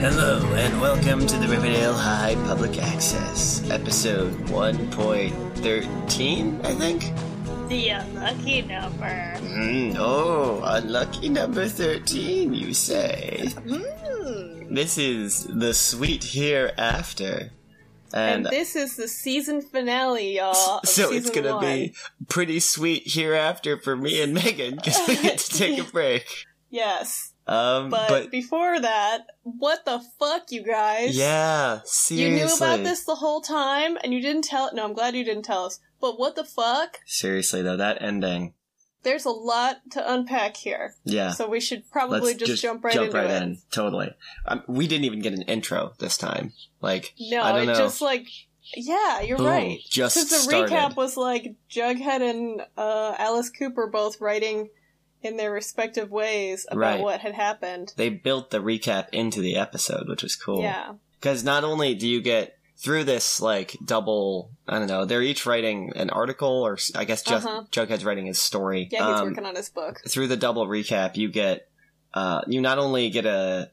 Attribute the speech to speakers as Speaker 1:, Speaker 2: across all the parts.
Speaker 1: Hello, and welcome to the Riverdale High Public Access, episode 1.13, I think?
Speaker 2: The unlucky number.
Speaker 1: Mm, oh, unlucky number 13, you say?
Speaker 2: Mm.
Speaker 1: This is The Sweet Hereafter.
Speaker 2: And, this is the season finale, y'all. of
Speaker 1: so it's
Speaker 2: season
Speaker 1: gonna be
Speaker 2: one.
Speaker 1: pretty sweet hereafter for me and Megan because we get to take a break.
Speaker 2: Yes.
Speaker 1: Um,
Speaker 2: But,
Speaker 1: but,
Speaker 2: before that, what the fuck, you guys?
Speaker 1: yeah,
Speaker 2: You
Speaker 1: seriously,
Speaker 2: knew about this the whole time and you didn't tell No, I'm glad you didn't tell us. But what the fuck?
Speaker 1: seriously though that ending,
Speaker 2: There's a lot to unpack here.
Speaker 1: yeah.
Speaker 2: So we should probably
Speaker 1: Let's
Speaker 2: just, jump right into it.
Speaker 1: in. Totally. Um, we didn't even get an intro this time. Like,
Speaker 2: No,
Speaker 1: I don't
Speaker 2: it
Speaker 1: know.
Speaker 2: just like yeah, you're
Speaker 1: Boom,
Speaker 2: right.
Speaker 1: just
Speaker 2: Since the
Speaker 1: started.
Speaker 2: recap was like Jughead and uh, Alice Cooper both writing in their respective ways about
Speaker 1: Right.
Speaker 2: what had happened.
Speaker 1: they built the recap into the episode, which was cool.
Speaker 2: Yeah,
Speaker 1: Because not only do you get through this, like, double, I don't know, they're each writing an article, or s- I guess just
Speaker 2: Uh-huh.
Speaker 1: Jughead's writing his story.
Speaker 2: yeah, he's
Speaker 1: Um,
Speaker 2: working on his book.
Speaker 1: through the double recap, you get uh, you not only get a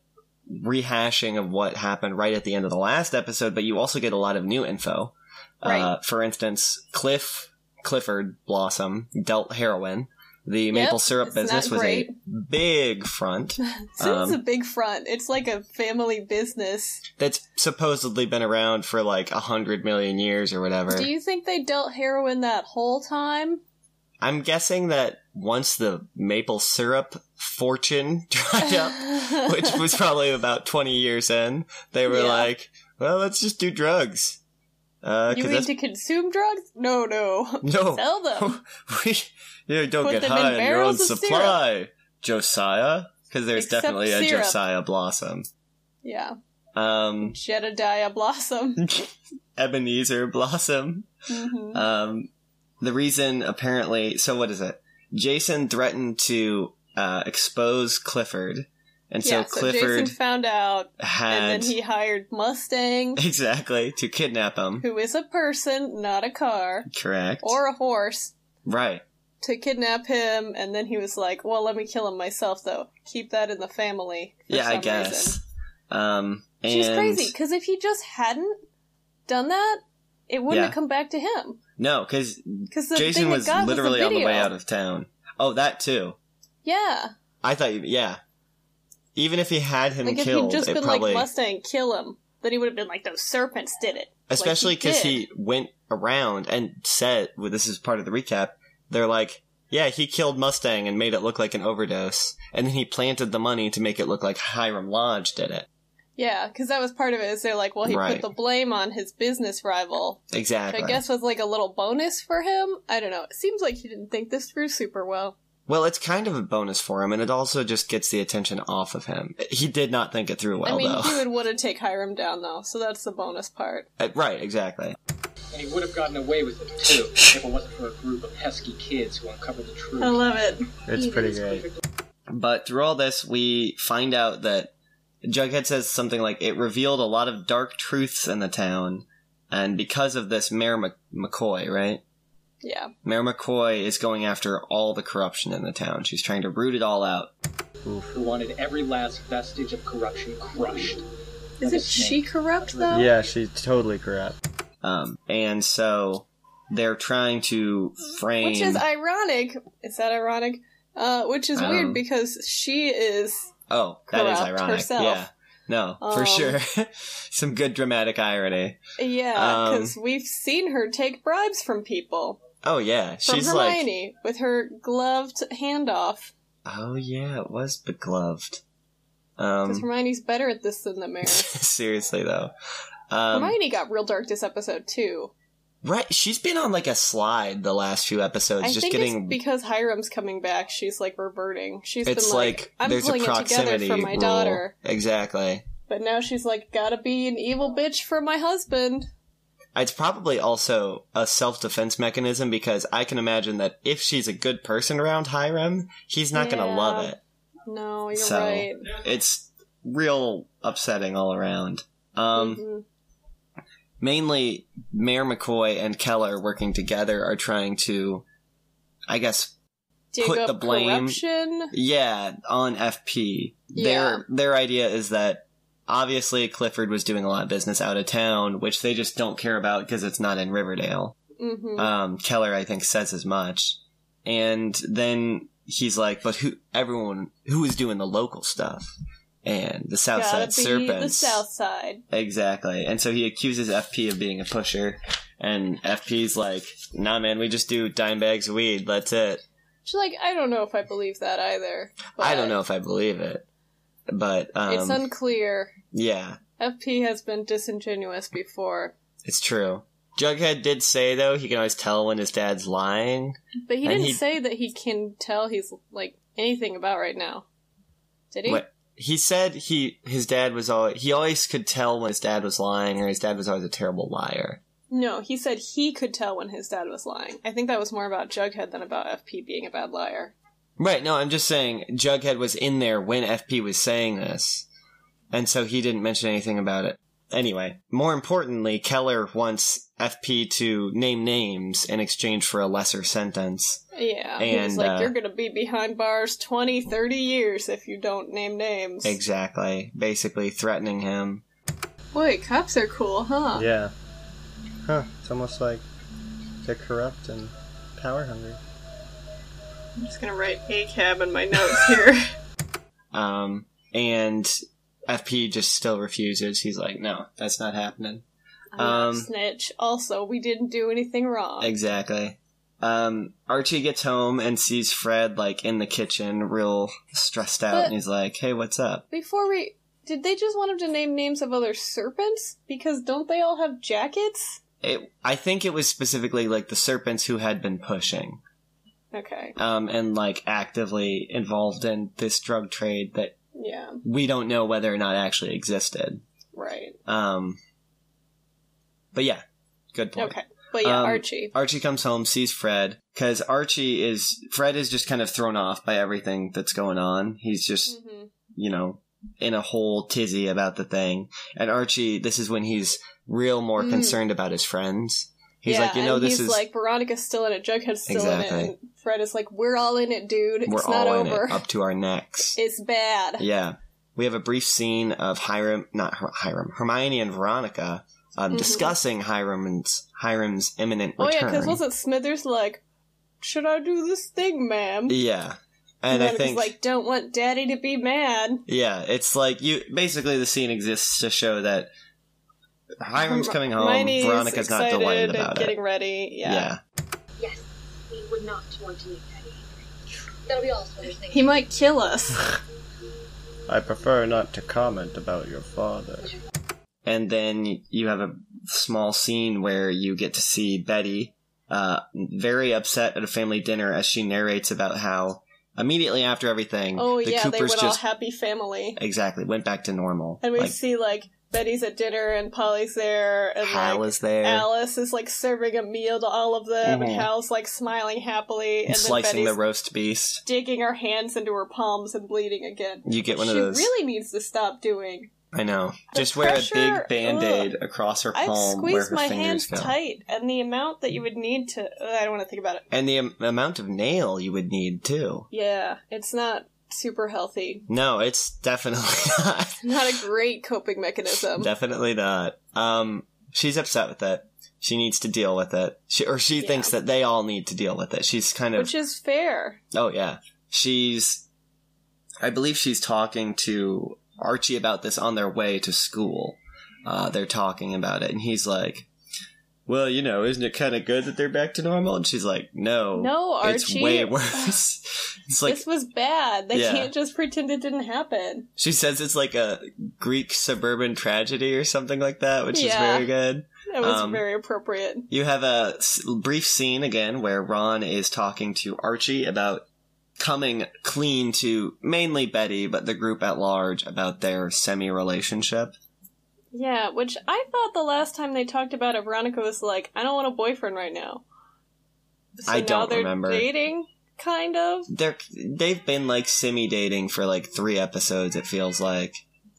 Speaker 1: rehashing of what happened right at the end of the last episode, but you also get a lot of new info. Uh,
Speaker 2: Right.
Speaker 1: for instance, Cliff Clifford Blossom dealt heroin. The maple
Speaker 2: Yep,
Speaker 1: syrup
Speaker 2: it's
Speaker 1: business
Speaker 2: not
Speaker 1: was a
Speaker 2: great.
Speaker 1: big front
Speaker 2: So
Speaker 1: um,
Speaker 2: it's a big front. It's like a family business.
Speaker 1: that's supposedly been around for like a hundred million years or whatever.
Speaker 2: Do you think they dealt heroin that whole time?
Speaker 1: I'm guessing that once the maple syrup fortune dried up, which was probably about 20 years in, they were
Speaker 2: Yeah.
Speaker 1: like, well, let's just do drugs. Uh,
Speaker 2: you
Speaker 1: 'cause
Speaker 2: mean
Speaker 1: that's,
Speaker 2: to consume drugs? No, no.
Speaker 1: no,
Speaker 2: Sell them.
Speaker 1: we, you don't
Speaker 2: Put
Speaker 1: get
Speaker 2: them in
Speaker 1: high on your own
Speaker 2: barrels of syrup.
Speaker 1: supply, Josiah. Because there's
Speaker 2: Except
Speaker 1: definitely a
Speaker 2: syrup.
Speaker 1: Josiah Blossom.
Speaker 2: yeah,
Speaker 1: Um,
Speaker 2: Jedediah Blossom.
Speaker 1: Ebenezer Blossom.
Speaker 2: hmm
Speaker 1: Um, the reason apparently, so what is it? Jason threatened to uh, expose Clifford, and so
Speaker 2: yeah, so
Speaker 1: Clifford
Speaker 2: Jason found out,
Speaker 1: had
Speaker 2: and then he hired Mustang,
Speaker 1: exactly to kidnap him.
Speaker 2: who is a person, not a car
Speaker 1: Correct.
Speaker 2: or a horse,
Speaker 1: right.
Speaker 2: to kidnap him. And then he was like, "Well, let me kill him myself, though. Keep that in the family." for
Speaker 1: yeah, I
Speaker 2: some
Speaker 1: guess.
Speaker 2: reason."
Speaker 1: Um, and
Speaker 2: She's crazy because if he just hadn't done that, it wouldn't
Speaker 1: Yeah.
Speaker 2: have come back to him.
Speaker 1: No, because
Speaker 2: Because the
Speaker 1: Jason
Speaker 2: thing
Speaker 1: was
Speaker 2: that got
Speaker 1: literally
Speaker 2: was the
Speaker 1: on the way
Speaker 2: video.
Speaker 1: out of town. Oh, that too.
Speaker 2: Yeah,
Speaker 1: I thought you. Yeah. Even if he had him
Speaker 2: like if
Speaker 1: killed,
Speaker 2: he'd just
Speaker 1: it
Speaker 2: been
Speaker 1: probably,
Speaker 2: like Mustang, kill him, then he would have been like, "Those serpents did it." Like,
Speaker 1: especially because
Speaker 2: did.
Speaker 1: he, went around and said, well, "This is part of the recap." They're like, "Yeah, he killed Mustang and made it look like an overdose, and then he planted the money to make it look like Hiram Lodge did it."
Speaker 2: Yeah, because that was part of it. Is they're like, well, he
Speaker 1: Right.
Speaker 2: put the blame on his business rival, which
Speaker 1: Exactly.
Speaker 2: I guess was like a little bonus for him. I don't know. It seems like he didn't think this through super well.
Speaker 1: Well, it's kind of a bonus for him, and it also just gets the attention off of him. He did not think it through well,
Speaker 2: I mean,
Speaker 1: though.
Speaker 2: he would want to take Hiram down though, so that's the bonus part.
Speaker 1: Uh, right, exactly.
Speaker 3: And he would have gotten away with it too, if it wasn't for a group of pesky kids who uncovered the truth.
Speaker 2: I love it.
Speaker 3: Even his
Speaker 1: But through all this, we find out that Jughead says something like, it revealed a lot of dark truths in the town, and because of this, Mayor Mc- McCoy, right?
Speaker 2: Yeah,
Speaker 1: Mayor McCoy is going after all the corruption in the town. She's trying to root it all out.
Speaker 3: Who wanted every last vestige of corruption crushed. Like a
Speaker 2: isn't
Speaker 3: snake.
Speaker 2: she corrupt though?
Speaker 4: Yeah, she's totally corrupt.
Speaker 1: Um, and so they're trying to frame.
Speaker 2: Which is ironic. Is that ironic? Uh, which is
Speaker 1: I don't know.
Speaker 2: weird because she is.
Speaker 1: Oh, that is
Speaker 2: corrupt
Speaker 1: ironic.
Speaker 2: herself.
Speaker 1: Yeah. No, for
Speaker 2: Um,
Speaker 1: sure. Some good dramatic irony.
Speaker 2: Yeah,
Speaker 1: Um,
Speaker 2: because we've seen her take bribes from people.
Speaker 1: Oh yeah,
Speaker 2: From
Speaker 1: she's like
Speaker 2: Hermione with her gloved handoff.
Speaker 1: Oh yeah, it was begloved. Um
Speaker 2: Because Hermione's better at this than the mayor.
Speaker 1: seriously though. Um
Speaker 2: Hermione got real dark this episode too.
Speaker 1: right, she's been on like a slide the last few episodes
Speaker 2: I
Speaker 1: just
Speaker 2: think
Speaker 1: getting
Speaker 2: it's because Hiram's coming back. She's like reverting. She's
Speaker 1: it's
Speaker 2: been like,
Speaker 1: like,
Speaker 2: I'm
Speaker 1: there's a
Speaker 2: pulling it together
Speaker 1: proximity
Speaker 2: for my
Speaker 1: rule.
Speaker 2: daughter,
Speaker 1: Exactly.
Speaker 2: but now she's like, gotta be an evil bitch for my husband.
Speaker 1: It's probably also a self-defense mechanism because I can imagine that if she's a good person around Hiram, he's not going to
Speaker 2: Yeah.
Speaker 1: love it.
Speaker 2: No, you're
Speaker 1: So,
Speaker 2: right.
Speaker 1: it's real upsetting all around. Um,
Speaker 2: Mhm.
Speaker 1: Mainly, Mayor McCoy and Keller working together are trying to, I guess,
Speaker 2: Dig
Speaker 1: put
Speaker 2: up
Speaker 1: the blame-
Speaker 2: corruption.
Speaker 1: yeah, on FP.
Speaker 2: Yeah.
Speaker 1: Their their idea is that obviously Clifford was doing a lot of business out of town, which they just don't care about because it's not in Riverdale.
Speaker 2: Mm-hmm.
Speaker 1: Um, Keller, I think, says as much. And then he's like, "But who? Everyone who is doing the local stuff and the South
Speaker 2: Gotta
Speaker 1: Side
Speaker 2: be
Speaker 1: Serpents,
Speaker 2: the South Side.
Speaker 1: exactly." And so he accuses FP of being a pusher, and FP's like, "Nah, man, we just do dime bags of weed. That's it."
Speaker 2: Which, like, I don't know if I believe that either.
Speaker 1: I
Speaker 2: but
Speaker 1: don't know if I believe it, but um,
Speaker 2: it's unclear.
Speaker 1: yeah,
Speaker 2: FP has been disingenuous before,
Speaker 1: It's true. Jughead did say though he can always tell when his dad's lying.
Speaker 2: but he
Speaker 1: And
Speaker 2: didn't
Speaker 1: he-
Speaker 2: say that he can tell he's like anything about right now. Did he?
Speaker 1: What he said he his dad was all he always could tell when his dad was lying or his dad was always a terrible liar.
Speaker 2: No, he said he could tell when his dad was lying. I think that was more about Jughead than about FP being a bad liar.
Speaker 1: Right, no, I'm just saying Jughead was in there when FP was saying this. And so he didn't mention anything about it. Anyway, more importantly, Keller wants FP to name names in exchange for a lesser sentence.
Speaker 2: Yeah, he was
Speaker 1: And,
Speaker 2: like,
Speaker 1: uh,
Speaker 2: you're gonna be behind bars 20, 30 years if you don't name names.
Speaker 1: Exactly. Basically threatening him.
Speaker 2: Boy, cops are cool, huh?
Speaker 4: Yeah. Huh. It's almost like they're corrupt and power hungry.
Speaker 2: I'm just gonna write ACAB in my notes here.
Speaker 1: Um, and FP just still refuses. He's like, no, that's not happening.
Speaker 2: I'm not a
Speaker 1: Um,
Speaker 2: snitch. Also, we didn't do anything wrong.
Speaker 1: Exactly. Um, Archie gets home and sees Fred, like, in the kitchen, real stressed out,
Speaker 2: But-
Speaker 1: and he's like, hey, what's up?
Speaker 2: Before we. Did they just want him to name names of other serpents? Because don't they all have jackets?
Speaker 1: It, I think it was specifically, like, the serpents who had been pushing,
Speaker 2: Okay,
Speaker 1: um, and, like, actively involved in this drug trade that
Speaker 2: yeah,
Speaker 1: we don't know whether or not actually existed.
Speaker 2: right.
Speaker 1: Um, but yeah, good point.
Speaker 2: Okay, but yeah,
Speaker 1: Um,
Speaker 2: Archie.
Speaker 1: Archie comes home, sees Fred, because Archie is Fred is just kind of thrown off by everything that's going on. He's just
Speaker 2: hmm
Speaker 1: you know in a whole tizzy about the thing. And Archie, this is when he's real more
Speaker 2: Mm.
Speaker 1: concerned about his friends. He's
Speaker 2: yeah,
Speaker 1: like, you know,
Speaker 2: and
Speaker 1: this
Speaker 2: he's
Speaker 1: is
Speaker 2: like Veronica's still in it, Jughead's still in
Speaker 1: Exactly.
Speaker 2: it, and Fred is like, "We're all in it, dude.
Speaker 1: we're
Speaker 2: it's not
Speaker 1: all in
Speaker 2: over.
Speaker 1: it up to our necks.
Speaker 2: It's bad."
Speaker 1: yeah, we have a brief scene of Hiram, not Her- Hiram, Hermione and Veronica um,
Speaker 2: Mhm.
Speaker 1: discussing Hiram's Hiram's imminent
Speaker 2: oh yeah,
Speaker 1: return.
Speaker 2: because wasn't Smithers like, "Should I do this thing, ma'am?"
Speaker 1: Yeah. And,
Speaker 2: then
Speaker 1: I
Speaker 2: it
Speaker 1: think
Speaker 2: was like, "Don't want Daddy to be mad."
Speaker 1: Yeah, it's like you. Basically, the scene exists to show that Hiram's coming home.
Speaker 2: Hermione's
Speaker 1: Veronica's not
Speaker 2: excited
Speaker 1: delighted
Speaker 2: and
Speaker 1: about it.
Speaker 2: Getting ready, yeah.
Speaker 5: Yes, we would not want to meet Daddy. That'll be all Smithers thinks.
Speaker 2: He might kill us.
Speaker 4: I prefer not to comment about your father.
Speaker 1: and then you have a small scene where you get to see Betty, uh, very upset at a family dinner as she narrates about how immediately after everything,
Speaker 2: Oh
Speaker 1: the
Speaker 2: yeah, they
Speaker 1: Coopers
Speaker 2: went all
Speaker 1: just
Speaker 2: happy family,
Speaker 1: exactly went back to normal.
Speaker 2: and we
Speaker 1: like
Speaker 2: see like Betty's at dinner and Polly's there, and
Speaker 1: Hal
Speaker 2: like
Speaker 1: is there,
Speaker 2: Alice is like serving a meal to all of them,
Speaker 1: Mhm.
Speaker 2: and Hal's like smiling happily, and then
Speaker 1: slicing
Speaker 2: Betty's
Speaker 1: the roast beast.
Speaker 2: digging her hands into her palms and bleeding again.
Speaker 1: You get one
Speaker 2: she
Speaker 1: of those.
Speaker 2: really needs to stop doing.
Speaker 1: I know.
Speaker 2: The
Speaker 1: Just wear a
Speaker 2: pressure-
Speaker 1: big band aid across her palm
Speaker 2: I've
Speaker 1: where
Speaker 2: squeezed
Speaker 1: her
Speaker 2: my hands
Speaker 1: fingers go.
Speaker 2: tight, and the amount that you would need to. Ugh, I don't want to think about it.
Speaker 1: And the am- amount of nail you would need too.
Speaker 2: Yeah, it's not super healthy.
Speaker 1: No, it's definitely not.
Speaker 2: Not a great coping mechanism.
Speaker 1: definitely not. Um, she's upset with it. She needs to deal with it. She or she
Speaker 2: Yeah.
Speaker 1: thinks that they all need to deal with it. She's kind of
Speaker 2: Which is fair.
Speaker 1: oh yeah. She's I believe she's talking to Archie about this on their way to school. Uh, they're talking about it, and he's like, "Well, you know, isn't it kind of good that they're back to normal?" And she's like, "No,
Speaker 2: No, Archie.
Speaker 1: Oh, it's way worse." it's like
Speaker 2: this was bad. They
Speaker 1: Yeah.
Speaker 2: can't just pretend it didn't happen.
Speaker 1: She says it's like a Greek suburban tragedy or something like that, which is
Speaker 2: Yeah.
Speaker 1: very good.
Speaker 2: That was
Speaker 1: Um,
Speaker 2: very appropriate.
Speaker 1: You have a s- brief scene again where Ron is talking to Archie about coming clean to mainly Betty, but the group at large about their semi relationship.
Speaker 2: Yeah, which I thought the last time they talked about it, Veronica was like, "I don't want a boyfriend right now." So
Speaker 1: I
Speaker 2: now
Speaker 1: don't
Speaker 2: they're
Speaker 1: remember.
Speaker 2: Dating, kind of.
Speaker 1: They're they've been like semi dating for like three episodes. It feels like.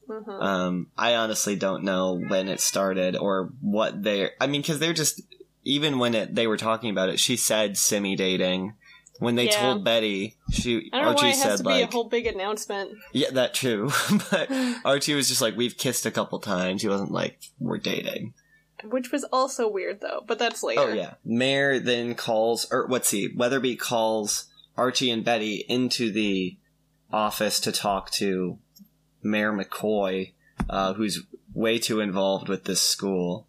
Speaker 2: Mhm.
Speaker 1: Um, I honestly don't know when it started or what they're. I mean, because they're just even when it, they were talking about it, she said semi dating, when they
Speaker 2: Yeah.
Speaker 1: told Betty, Oh, she
Speaker 2: I don't know
Speaker 1: Archie
Speaker 2: why it has
Speaker 1: said
Speaker 2: to be a
Speaker 1: like,
Speaker 2: whole big announcement.
Speaker 1: "Yeah, that too." but Archie was just like, "We've kissed a couple times." He wasn't like, "We're dating."
Speaker 2: Which was also weird though, but that's later.
Speaker 1: Oh yeah. Mayor then calls, or what's he? Weatherby calls Archie and Betty into the office to talk to Mayor McCoy, uh, who's way too involved with this school.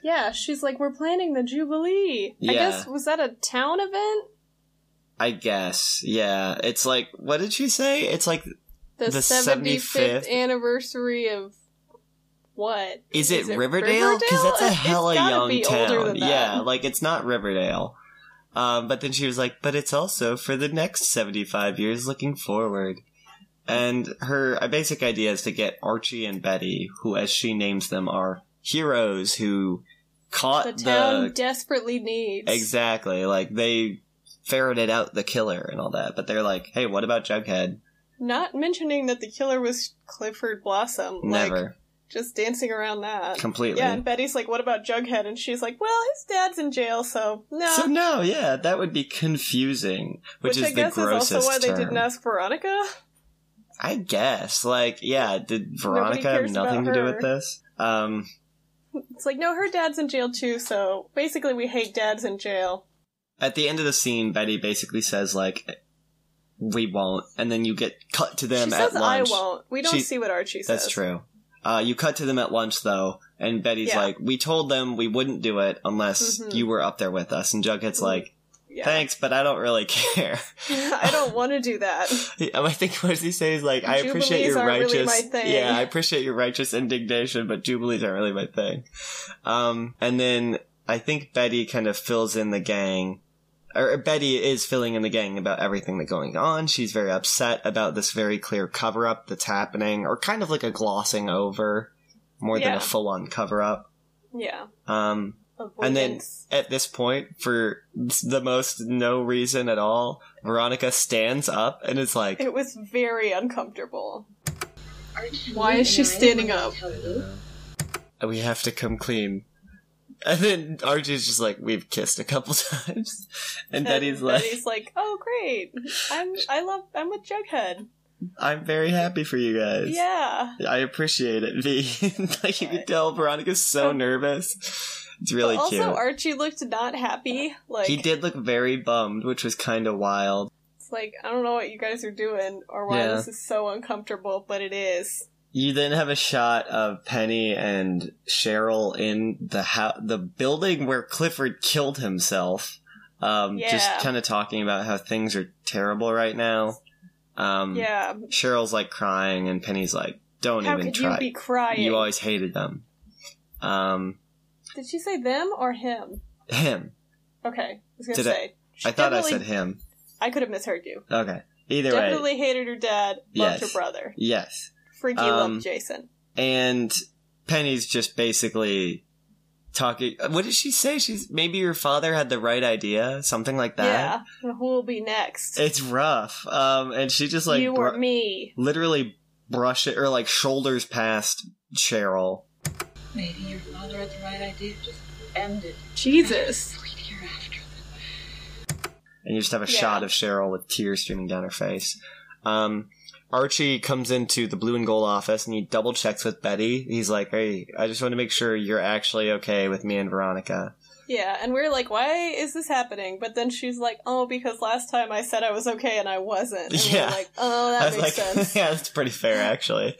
Speaker 2: Yeah, she's like, We're planning the Jubilee.
Speaker 1: Yeah.
Speaker 2: I guess was that a town event?
Speaker 1: I guess. Yeah. It's like, what did she say? It's like,
Speaker 2: The,
Speaker 1: The
Speaker 2: 75th,
Speaker 1: 75th
Speaker 2: anniversary of what?
Speaker 1: is it Riverdale? Because that's a
Speaker 2: It's
Speaker 1: hella
Speaker 2: gotta
Speaker 1: young
Speaker 2: be
Speaker 1: town.
Speaker 2: older than that.
Speaker 1: Yeah. Like, it's not Riverdale. Um, but then she was like, but it's also for the next 75 years looking forward. And her uh, basic idea is to get Archie and Betty, who, as she names them, are heroes who caught
Speaker 2: The
Speaker 1: the.
Speaker 2: town desperately needs.
Speaker 1: exactly. Like, they ferreted out the killer and all that. But they're like, hey, what about Jughead?
Speaker 2: Not mentioning that the killer was Clifford Blossom. like,
Speaker 1: Never.
Speaker 2: just dancing around that.
Speaker 1: Completely.
Speaker 2: Yeah, and Betty's like, "What about Jughead?" And she's like, "Well, his dad's in jail, so no."
Speaker 1: So no, yeah, that would be confusing, which, is
Speaker 2: I guess
Speaker 1: the grossest
Speaker 2: is also why they
Speaker 1: term.
Speaker 2: didn't ask Veronica.
Speaker 1: I guess, like, yeah, did Veronica
Speaker 2: cares
Speaker 1: have nothing to
Speaker 2: about
Speaker 1: do
Speaker 2: her.
Speaker 1: with this? Um,
Speaker 2: It's like, no, her dad's in jail too, so basically, we hate dads in jail.
Speaker 1: at the end of the scene, Betty basically says like, "We won't," and then you get cut to them
Speaker 2: she
Speaker 1: at
Speaker 2: says,
Speaker 1: lunch.
Speaker 2: "I won't." We don't
Speaker 1: She-
Speaker 2: see what Archie says.
Speaker 1: That's true. Uh, you cut to them at lunch though, and Betty's
Speaker 2: Yeah.
Speaker 1: like, "We told them we wouldn't do it unless
Speaker 2: Mhm.
Speaker 1: you were up there with us," and Jughead's like,
Speaker 2: Mm-hmm. Yeah.
Speaker 1: "Thanks, but I don't really care."
Speaker 2: I don't want to do that.
Speaker 1: I think what does he say is like, I appreciate
Speaker 2: Jubilees
Speaker 1: your
Speaker 2: aren't
Speaker 1: righteous,
Speaker 2: really my thing.
Speaker 1: yeah, I appreciate your righteous indignation, but jubilees aren't really my thing. Um, and then I think Betty kind of fills in the gang, or Betty is filling in the gang about everything that's going on. She's very upset about this very clear cover up that's happening, or kind of like a glossing over, more than
Speaker 2: Yeah.
Speaker 1: a full on cover up.
Speaker 2: Yeah.
Speaker 1: Um, and then
Speaker 2: Avoidance.
Speaker 1: at this point, for the most no reason at all, Veronica stands up and is like.
Speaker 2: it was very uncomfortable.
Speaker 5: Archie,
Speaker 2: Why is she
Speaker 5: and I
Speaker 2: standing
Speaker 5: wanna
Speaker 2: up?
Speaker 5: tell you
Speaker 4: Yeah.
Speaker 1: we have to come clean. And then Archie's just like, we've kissed a couple times. And Betty's like,
Speaker 2: Betty's like, "Oh, great! I'm, I love, I'm with Jughead.
Speaker 1: I'm very happy for you guys.
Speaker 2: Yeah,
Speaker 1: I appreciate it, V. like, you can tell Veronica's so nervous. It's really
Speaker 2: But also,
Speaker 1: cute.
Speaker 2: Archie looked not happy. Like
Speaker 1: he did look very bummed, which was kind of wild.
Speaker 2: It's like I don't know what you guys are doing or why
Speaker 1: Yeah.
Speaker 2: this is so uncomfortable, but it is.
Speaker 1: You then have a shot of Penny and Cheryl in the ho- the building where Clifford killed himself. Um,
Speaker 2: Yeah.
Speaker 1: Just kind of talking about how things are terrible right now. Um,
Speaker 2: Yeah.
Speaker 1: Cheryl's like crying, and Penny's like, "Don't
Speaker 2: How
Speaker 1: even
Speaker 2: could
Speaker 1: try.
Speaker 2: you be crying?
Speaker 1: You always hated them." Um,
Speaker 2: Did she say them or him?
Speaker 1: him.
Speaker 2: Okay, I was gonna
Speaker 1: Did I-
Speaker 2: say. She
Speaker 1: I thought I
Speaker 2: definitely-
Speaker 1: said him.
Speaker 2: I could have misheard you.
Speaker 1: Okay. Either way,
Speaker 2: Definitely hated her dad.
Speaker 1: Yes.
Speaker 2: Loved her brother.
Speaker 1: yes.
Speaker 2: Freaky
Speaker 1: Um,
Speaker 2: loved Jason.
Speaker 1: And Penny's just basically talking. What did she say? She's maybe your father had the right idea, something like that.
Speaker 2: yeah. Who will be next?
Speaker 1: It's rough. Um, and she just like
Speaker 2: you
Speaker 1: bru-
Speaker 2: or me?
Speaker 1: literally brush it or like shoulders past Cheryl.
Speaker 5: Maybe your father had the right idea. Just end it.
Speaker 2: Jesus.
Speaker 5: Wait here after.
Speaker 1: and you just have a
Speaker 2: Yeah.
Speaker 1: shot of Cheryl with tears streaming down her face. Um, Archie comes into the blue and gold office and he double checks with Betty. He's like, "Hey, I just want to make sure you're actually okay with me and Veronica."
Speaker 2: Yeah, and we're like, why is this happening? But then she's like, oh, because last time I said I was okay and I wasn't. And
Speaker 1: Yeah.
Speaker 2: We're like, oh,
Speaker 1: I
Speaker 2: that
Speaker 1: was
Speaker 2: makes
Speaker 1: like,
Speaker 2: sense.
Speaker 1: "Yeah, that's pretty fair, actually."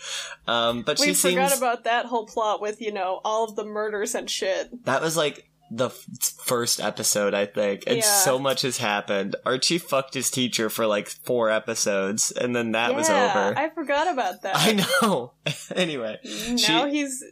Speaker 1: Um, but she
Speaker 2: we forgot
Speaker 1: seems
Speaker 2: about that whole plot with you know all of the murders and shit.
Speaker 1: that was like the f- first episode, I think, and
Speaker 2: Yeah.
Speaker 1: so much has happened. Archie fucked his teacher for like four episodes, and then that
Speaker 2: yeah,
Speaker 1: was over.
Speaker 2: I forgot about that.
Speaker 1: I know. anyway,
Speaker 2: Now
Speaker 1: She-
Speaker 2: he's.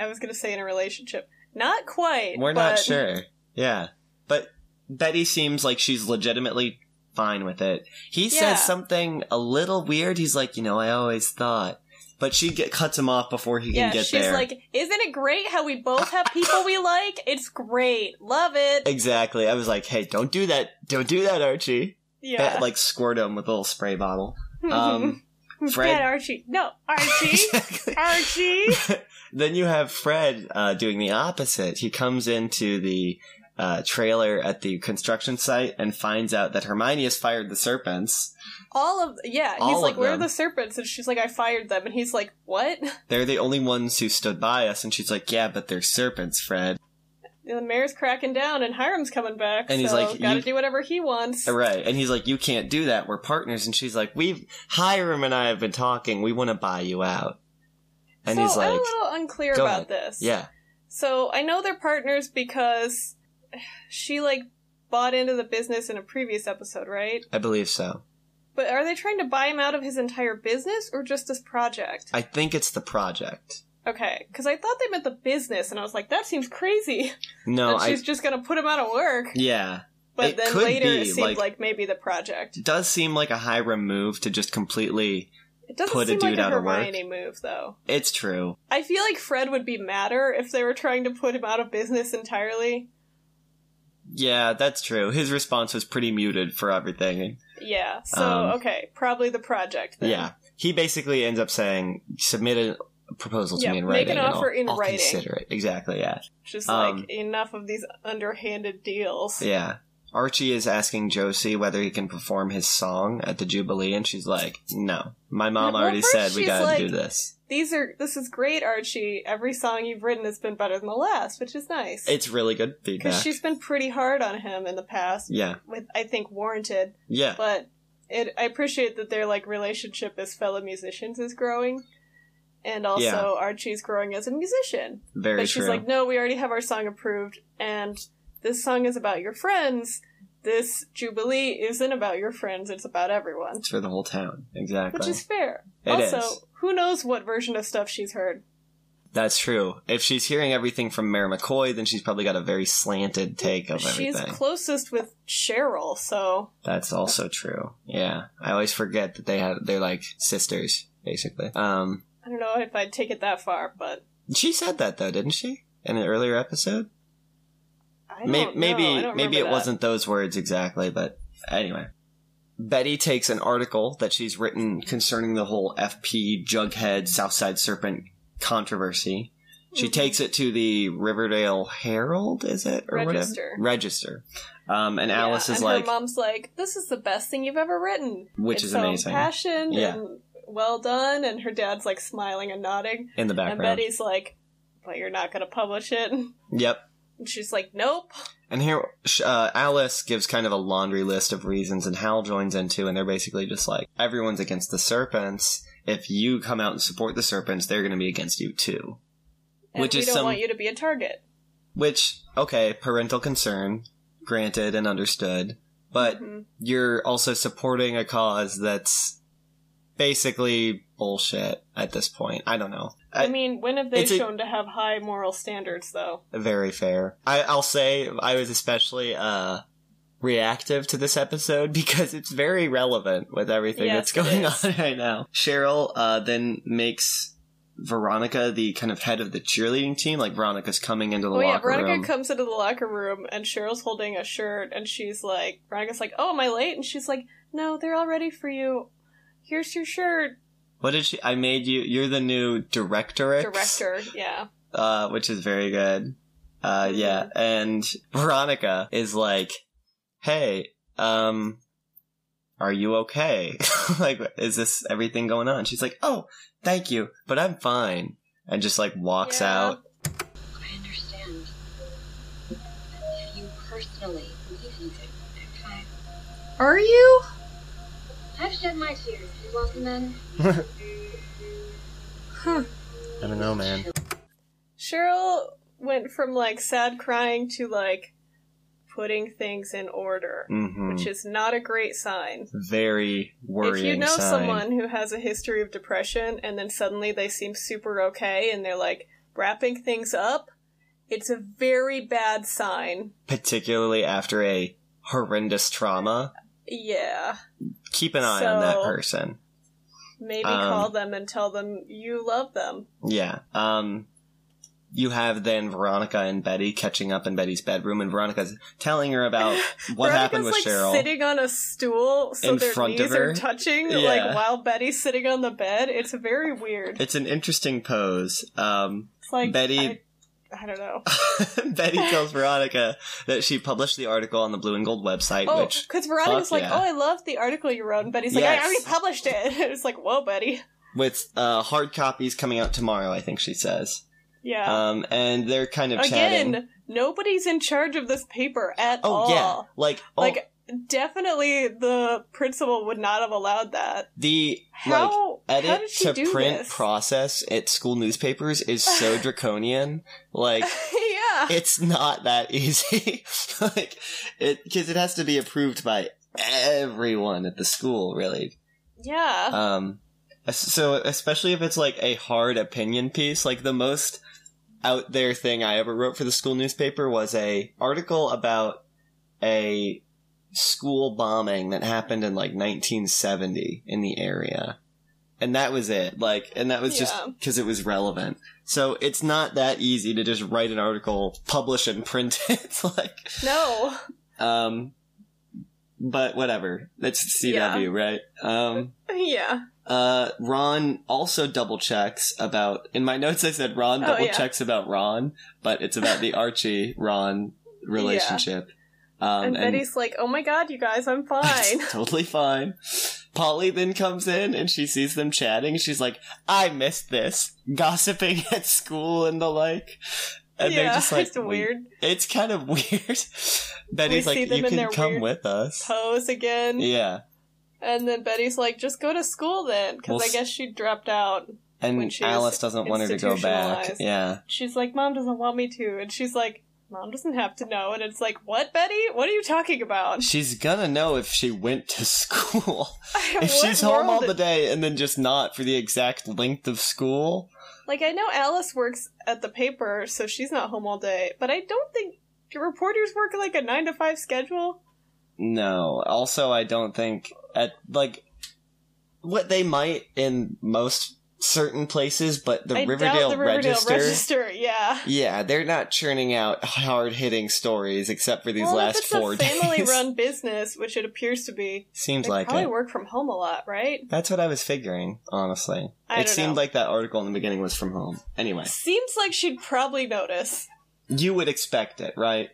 Speaker 2: I was gonna say in a relationship, not quite.
Speaker 1: We're
Speaker 2: but
Speaker 1: not sure. Yeah. But Betty seems like she's legitimately fine with it. He
Speaker 2: Yeah.
Speaker 1: says something a little weird. He's like, you know, I always thought. But she get, cuts him off before he
Speaker 2: Yeah,
Speaker 1: can get
Speaker 2: she's
Speaker 1: there.
Speaker 2: like, isn't it great how we both have people we like? It's great, love it.
Speaker 1: exactly. I was like, hey, don't do that. Don't do that, Archie.
Speaker 2: Yeah,
Speaker 1: That, like, squirt him with a little spray bottle.
Speaker 2: Mhm.
Speaker 1: Um,
Speaker 2: Dad,
Speaker 1: Fred.
Speaker 2: Archie, no, Archie,
Speaker 1: Exactly.
Speaker 2: Archie.
Speaker 1: then you have Fred uh, doing the opposite. He comes into the uh, trailer at the construction site and finds out that Hermione has fired the serpents.
Speaker 2: All of yeah, he's
Speaker 1: All
Speaker 2: like,
Speaker 1: of
Speaker 2: "Where are
Speaker 1: them.
Speaker 2: the serpents?" And she's like, "I fired them." And he's like, "What?"
Speaker 1: They're the only ones who stood by us. And she's like, Yeah, but they're serpents, Fred.
Speaker 2: The mayor's cracking down, and Hiram's coming back.
Speaker 1: And he's
Speaker 2: so
Speaker 1: like,
Speaker 2: "Gotta
Speaker 1: you-
Speaker 2: do whatever he wants."
Speaker 1: Right. And he's like, You can't do that. We're partners. And she's like, We've, Hiram and I have been talking. We want to buy you out. And
Speaker 2: so
Speaker 1: he's
Speaker 2: I'm
Speaker 1: like,
Speaker 2: a little unclear
Speaker 1: "Go
Speaker 2: about this.
Speaker 1: Yeah.
Speaker 2: So I know they're partners because she like bought into the business in a previous episode, right?
Speaker 1: I believe so.
Speaker 2: But are they trying to buy him out of his entire business or just this project?
Speaker 1: I think it's the project.
Speaker 2: Okay, because I thought they meant the business, and I was like, that seems crazy.
Speaker 1: No,
Speaker 2: that
Speaker 1: I.
Speaker 2: she's just gonna put him out of work.
Speaker 1: Yeah.
Speaker 2: But
Speaker 1: it
Speaker 2: then
Speaker 1: could
Speaker 2: later
Speaker 1: be,
Speaker 2: it seemed
Speaker 1: like-
Speaker 2: like, maybe the project.
Speaker 1: It does seem like a Hiram move to just completely.
Speaker 2: It doesn't
Speaker 1: put a
Speaker 2: seem like
Speaker 1: dude
Speaker 2: a
Speaker 1: out of work.
Speaker 2: Hermione move though.
Speaker 1: It's true.
Speaker 2: I feel like Fred would be madder if they were trying to put him out of business entirely.
Speaker 1: Yeah, that's true. His response was pretty muted for everything.
Speaker 2: Yeah. So
Speaker 1: Um,
Speaker 2: okay, probably the project. Then.
Speaker 1: Yeah. He basically ends up saying, submit a proposal to
Speaker 2: Yeah,
Speaker 1: me in
Speaker 2: make
Speaker 1: writing.
Speaker 2: an
Speaker 1: and I'll-
Speaker 2: offer in
Speaker 1: I'll
Speaker 2: writing."
Speaker 1: consider it. Exactly, yeah.
Speaker 2: Just
Speaker 1: Um,
Speaker 2: like enough of these underhanded deals.
Speaker 1: Yeah. Archie is asking Josie whether he can perform his song at the Jubilee, and she's like, no. My mom
Speaker 2: Well,
Speaker 1: already
Speaker 2: first
Speaker 1: said we
Speaker 2: she's
Speaker 1: gotta do
Speaker 2: like-
Speaker 1: this.
Speaker 2: These are this is great, Archie. Every song you've written has been better than the last, which is nice.
Speaker 1: It's really good
Speaker 2: because
Speaker 1: feedback.
Speaker 2: she's been pretty hard on him in the past,
Speaker 1: Yeah.
Speaker 2: with I think warranted.
Speaker 1: Yeah.
Speaker 2: But it, I appreciate that their like relationship as fellow musicians is growing, and also
Speaker 1: Yeah.
Speaker 2: Archie's growing as a musician.
Speaker 1: Very
Speaker 2: but she's
Speaker 1: true.
Speaker 2: like, no, we already have our song approved, and this song is about your friends. This jubilee isn't about your friends; it's about everyone,
Speaker 1: it's for the whole town. Exactly.
Speaker 2: which is fair.
Speaker 1: It
Speaker 2: also,
Speaker 1: is.
Speaker 2: who knows what version of stuff she's heard?
Speaker 1: That's true. If she's hearing everything from Mayor McCoy, then she's probably got a very slanted take of
Speaker 2: She's
Speaker 1: everything.
Speaker 2: closest with Cheryl, so
Speaker 1: That's also true. Yeah, I always forget that they have they're like sisters basically. Um,
Speaker 2: I don't know if I'd take it that far, but
Speaker 1: she said that though, didn't she? In an earlier episode,
Speaker 2: I
Speaker 1: May-
Speaker 2: don't
Speaker 1: maybe
Speaker 2: know. I don't
Speaker 1: maybe
Speaker 2: remember
Speaker 1: it
Speaker 2: that.
Speaker 1: wasn't those words exactly, but anyway. Betty takes an article that she's written concerning the whole FP Jughead Southside Serpent controversy. She
Speaker 2: Mhm.
Speaker 1: takes it to the Riverdale Herald, is it or
Speaker 2: Register.
Speaker 1: whatever? Register. Um, and
Speaker 2: Yeah,
Speaker 1: Alice is
Speaker 2: and
Speaker 1: like,
Speaker 2: her mom's like, "This is the best thing you've ever written,"
Speaker 1: Which
Speaker 2: It's
Speaker 1: is
Speaker 2: so
Speaker 1: amazing.
Speaker 2: Passion
Speaker 1: Yeah.
Speaker 2: and well done, and her dad's like smiling and nodding,
Speaker 1: in the background.
Speaker 2: and Betty's like, "But you're not gonna publish it." And
Speaker 1: Yep.
Speaker 2: she's like, "Nope."
Speaker 1: And here, sh- uh, Alice gives kind of a laundry list of reasons, and Hal joins in too, and they're basically just like, everyone's against the serpents. If you come out and support the serpents, they're going to be against you too.
Speaker 2: And
Speaker 1: Which
Speaker 2: we
Speaker 1: is
Speaker 2: don't
Speaker 1: some-
Speaker 2: want you to be a target.
Speaker 1: Which, okay, parental concern, granted and understood, but
Speaker 2: Mhm.
Speaker 1: you're also supporting a cause that's basically bullshit at this point. I don't know.
Speaker 2: I,
Speaker 1: I-
Speaker 2: mean, when have they
Speaker 1: it's a-
Speaker 2: shown to have high moral standards, though?
Speaker 1: very fair. I, I'll say I was especially uh, reactive to this episode because it's very relevant with everything
Speaker 2: Yes,
Speaker 1: that's going
Speaker 2: it is.
Speaker 1: on right now. Cheryl uh, then makes Veronica the kind of head of the cheerleading team. Like Veronica's coming into the
Speaker 2: oh yeah,
Speaker 1: locker
Speaker 2: Veronica
Speaker 1: room.
Speaker 2: comes into the locker room and Cheryl's holding a shirt, and she's like, Veronica's like, "Oh, am I late?" And she's like, "No, they're all ready for you. Here's your shirt,
Speaker 1: what did she? I made you. You're the new directorix,
Speaker 2: director." Yeah.
Speaker 1: uh, which is very good. Uh, yeah, and Veronica is like, "Hey, um, are you okay? like, is this everything going on?" She's like, "Oh, thank you, but I'm fine," and just like walks
Speaker 2: Yeah.
Speaker 1: out.
Speaker 5: I understand. But if you personally need anything, I'm fine.
Speaker 2: Are you?
Speaker 5: I've shed my tears. And welcome then.
Speaker 4: I
Speaker 2: Huh.
Speaker 4: don't know, man.
Speaker 2: Cheryl went from like sad crying to like putting things in order,
Speaker 1: hmm
Speaker 2: which is not a great sign.
Speaker 1: Very worrying.
Speaker 2: If you know
Speaker 1: sign.
Speaker 2: someone who has a history of depression and then suddenly they seem super okay and they're like wrapping things up, it's a very bad sign.
Speaker 1: particularly after a horrendous trauma,
Speaker 2: Yeah.
Speaker 1: keep an eye on that
Speaker 2: So-
Speaker 1: person.
Speaker 2: Maybe
Speaker 1: Um,
Speaker 2: call them and tell them you love them.
Speaker 1: Yeah. Um, you have then Veronica and Betty catching up in Betty's bedroom, and Veronica's telling her about what
Speaker 2: Veronica's,
Speaker 1: happened with
Speaker 2: like,
Speaker 1: Cheryl.
Speaker 2: Sitting on a stool so
Speaker 1: In
Speaker 2: their
Speaker 1: front of
Speaker 2: knees are
Speaker 1: her?
Speaker 2: touching,
Speaker 1: Yeah.
Speaker 2: like while Betty's sitting on the bed. It's very weird.
Speaker 1: It's an interesting pose. Um,
Speaker 2: It's like
Speaker 1: Betty
Speaker 2: I- I don't know.
Speaker 1: Betty tells Veronica that she published the article on the Blue and Gold website,
Speaker 2: Oh,
Speaker 1: which
Speaker 2: because Veronica's
Speaker 1: fuck
Speaker 2: like,
Speaker 1: yeah.
Speaker 2: "Oh, I love the article you wrote," and Betty's like, "I
Speaker 1: Yes.
Speaker 2: already published it." it's like, "Whoa, Betty."
Speaker 1: with uh, hard copies coming out tomorrow, I think she says.
Speaker 2: Yeah.
Speaker 1: Um, and they're kind of
Speaker 2: Again,
Speaker 1: chatting.
Speaker 2: nobody's in charge of this paper at
Speaker 1: Oh
Speaker 2: all.
Speaker 1: yeah, like oh,
Speaker 2: Like, definitely the principal would not have allowed that.
Speaker 1: the like
Speaker 2: How? how
Speaker 1: edit
Speaker 2: did she
Speaker 1: to
Speaker 2: do
Speaker 1: print
Speaker 2: this?
Speaker 1: process at school newspapers is so draconian. Like
Speaker 2: yeah.
Speaker 1: it's not that easy. like it because it has to be approved by everyone at the school, really.
Speaker 2: yeah.
Speaker 1: Um, es- so especially if it's like a hard opinion piece, like the most out there thing I ever wrote for the school newspaper was a article about a school bombing that happened in like 1970 in the area. And that was it. Like, and that was
Speaker 2: Yeah.
Speaker 1: just because it was relevant. So it's not that easy to just write an article, publish and print it. like,
Speaker 2: no.
Speaker 1: um, but whatever. That's CW, right? Um,
Speaker 2: Yeah.
Speaker 1: uh, Ron also double checks about. In my notes, I said Ron
Speaker 2: Oh,
Speaker 1: double
Speaker 2: yeah.
Speaker 1: checks about Ron, but it's about the Archie Ron relationship. Um,
Speaker 2: and Betty's like, "Oh my god, you guys, I'm fine."
Speaker 1: it's totally fine. Polly then comes in and she sees them chatting. and She's like, "I missed this gossiping at school and the like." And
Speaker 2: yeah,
Speaker 1: they're just like,
Speaker 2: it's
Speaker 1: "We-
Speaker 2: weird
Speaker 1: It's kind of weird. Betty's
Speaker 2: We see
Speaker 1: like,
Speaker 2: them
Speaker 1: "You
Speaker 2: in
Speaker 1: can
Speaker 2: their
Speaker 1: come
Speaker 2: weird
Speaker 1: with us."
Speaker 2: pose again.
Speaker 1: Yeah,
Speaker 2: And then Betty's like, "Just go to school then," because
Speaker 1: Well,
Speaker 2: I guess she dropped out. When
Speaker 1: and
Speaker 2: she was
Speaker 1: Alice doesn't want her to go back.
Speaker 2: institutionalized.
Speaker 1: Yeah.
Speaker 2: She's like, "Mom doesn't want me to," and she's like, "Mom doesn't have to know." And it's like, "What, Betty? What are you talking about?"
Speaker 1: She's gonna know if she went to school.
Speaker 2: What
Speaker 1: if she's home all
Speaker 2: world-
Speaker 1: the day and then just not for the exact length of school.
Speaker 2: like, I know Alice works at the paper, so she's not home all day. But I don't think do reporters work like a nine to five schedule.
Speaker 1: No. Also, I don't think at like what they might in most certain places, but the,
Speaker 2: I doubt
Speaker 1: Riverdale,
Speaker 2: the Riverdale
Speaker 1: Register.
Speaker 2: Register, yeah.
Speaker 1: Yeah, they're not churning out hard hitting stories except for these
Speaker 2: well,
Speaker 1: last
Speaker 2: if it's
Speaker 1: four
Speaker 2: a
Speaker 1: days.
Speaker 2: family-run business, which it appears to be,
Speaker 1: Seems
Speaker 2: they
Speaker 1: like
Speaker 2: probably
Speaker 1: it.
Speaker 2: work from home a lot, right?
Speaker 1: That's what I was figuring, honestly.
Speaker 2: I
Speaker 1: it
Speaker 2: don't
Speaker 1: seemed
Speaker 2: know.
Speaker 1: like that article in the beginning was from home. Anyway,
Speaker 2: Seems like she'd probably notice.
Speaker 1: you would expect it, right?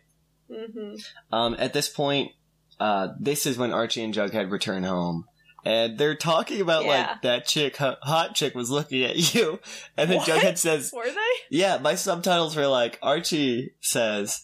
Speaker 2: hmm
Speaker 1: Um, at this point, uh, this is when Archie and Jughead return home. And they're talking about,
Speaker 2: Yeah.
Speaker 1: like, that chick, ho- hot chick was looking at you. And then
Speaker 2: What?
Speaker 1: Jughead says,
Speaker 2: Were they?
Speaker 1: yeah, my subtitles were like, Archie says,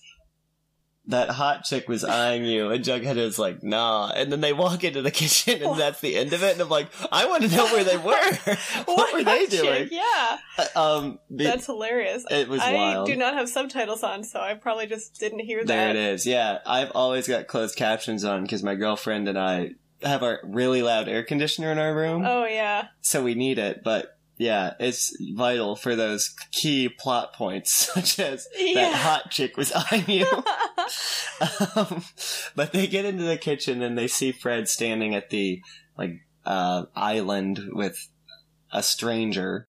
Speaker 1: that hot chick was eyeing you. And Jughead is like, nah. And then they walk into the kitchen and that's the end of it. And I'm like, I want to know where they were. what, were they
Speaker 2: Chick,
Speaker 1: doing?
Speaker 2: Yeah,
Speaker 1: Um, be-
Speaker 2: that's hilarious.
Speaker 1: it was
Speaker 2: I
Speaker 1: wild.
Speaker 2: do not have subtitles on, so I probably just didn't hear
Speaker 1: There
Speaker 2: that.
Speaker 1: it is. Yeah, I've always got closed captions on because my girlfriend and I have our really loud air conditioner in our room,
Speaker 2: Oh yeah,
Speaker 1: so we need it. But yeah, it's vital for those key plot points, such as that
Speaker 2: yeah.
Speaker 1: hot chick was eyeing you. um, but they get into the kitchen and they see Fred standing at the like uh, island with a stranger,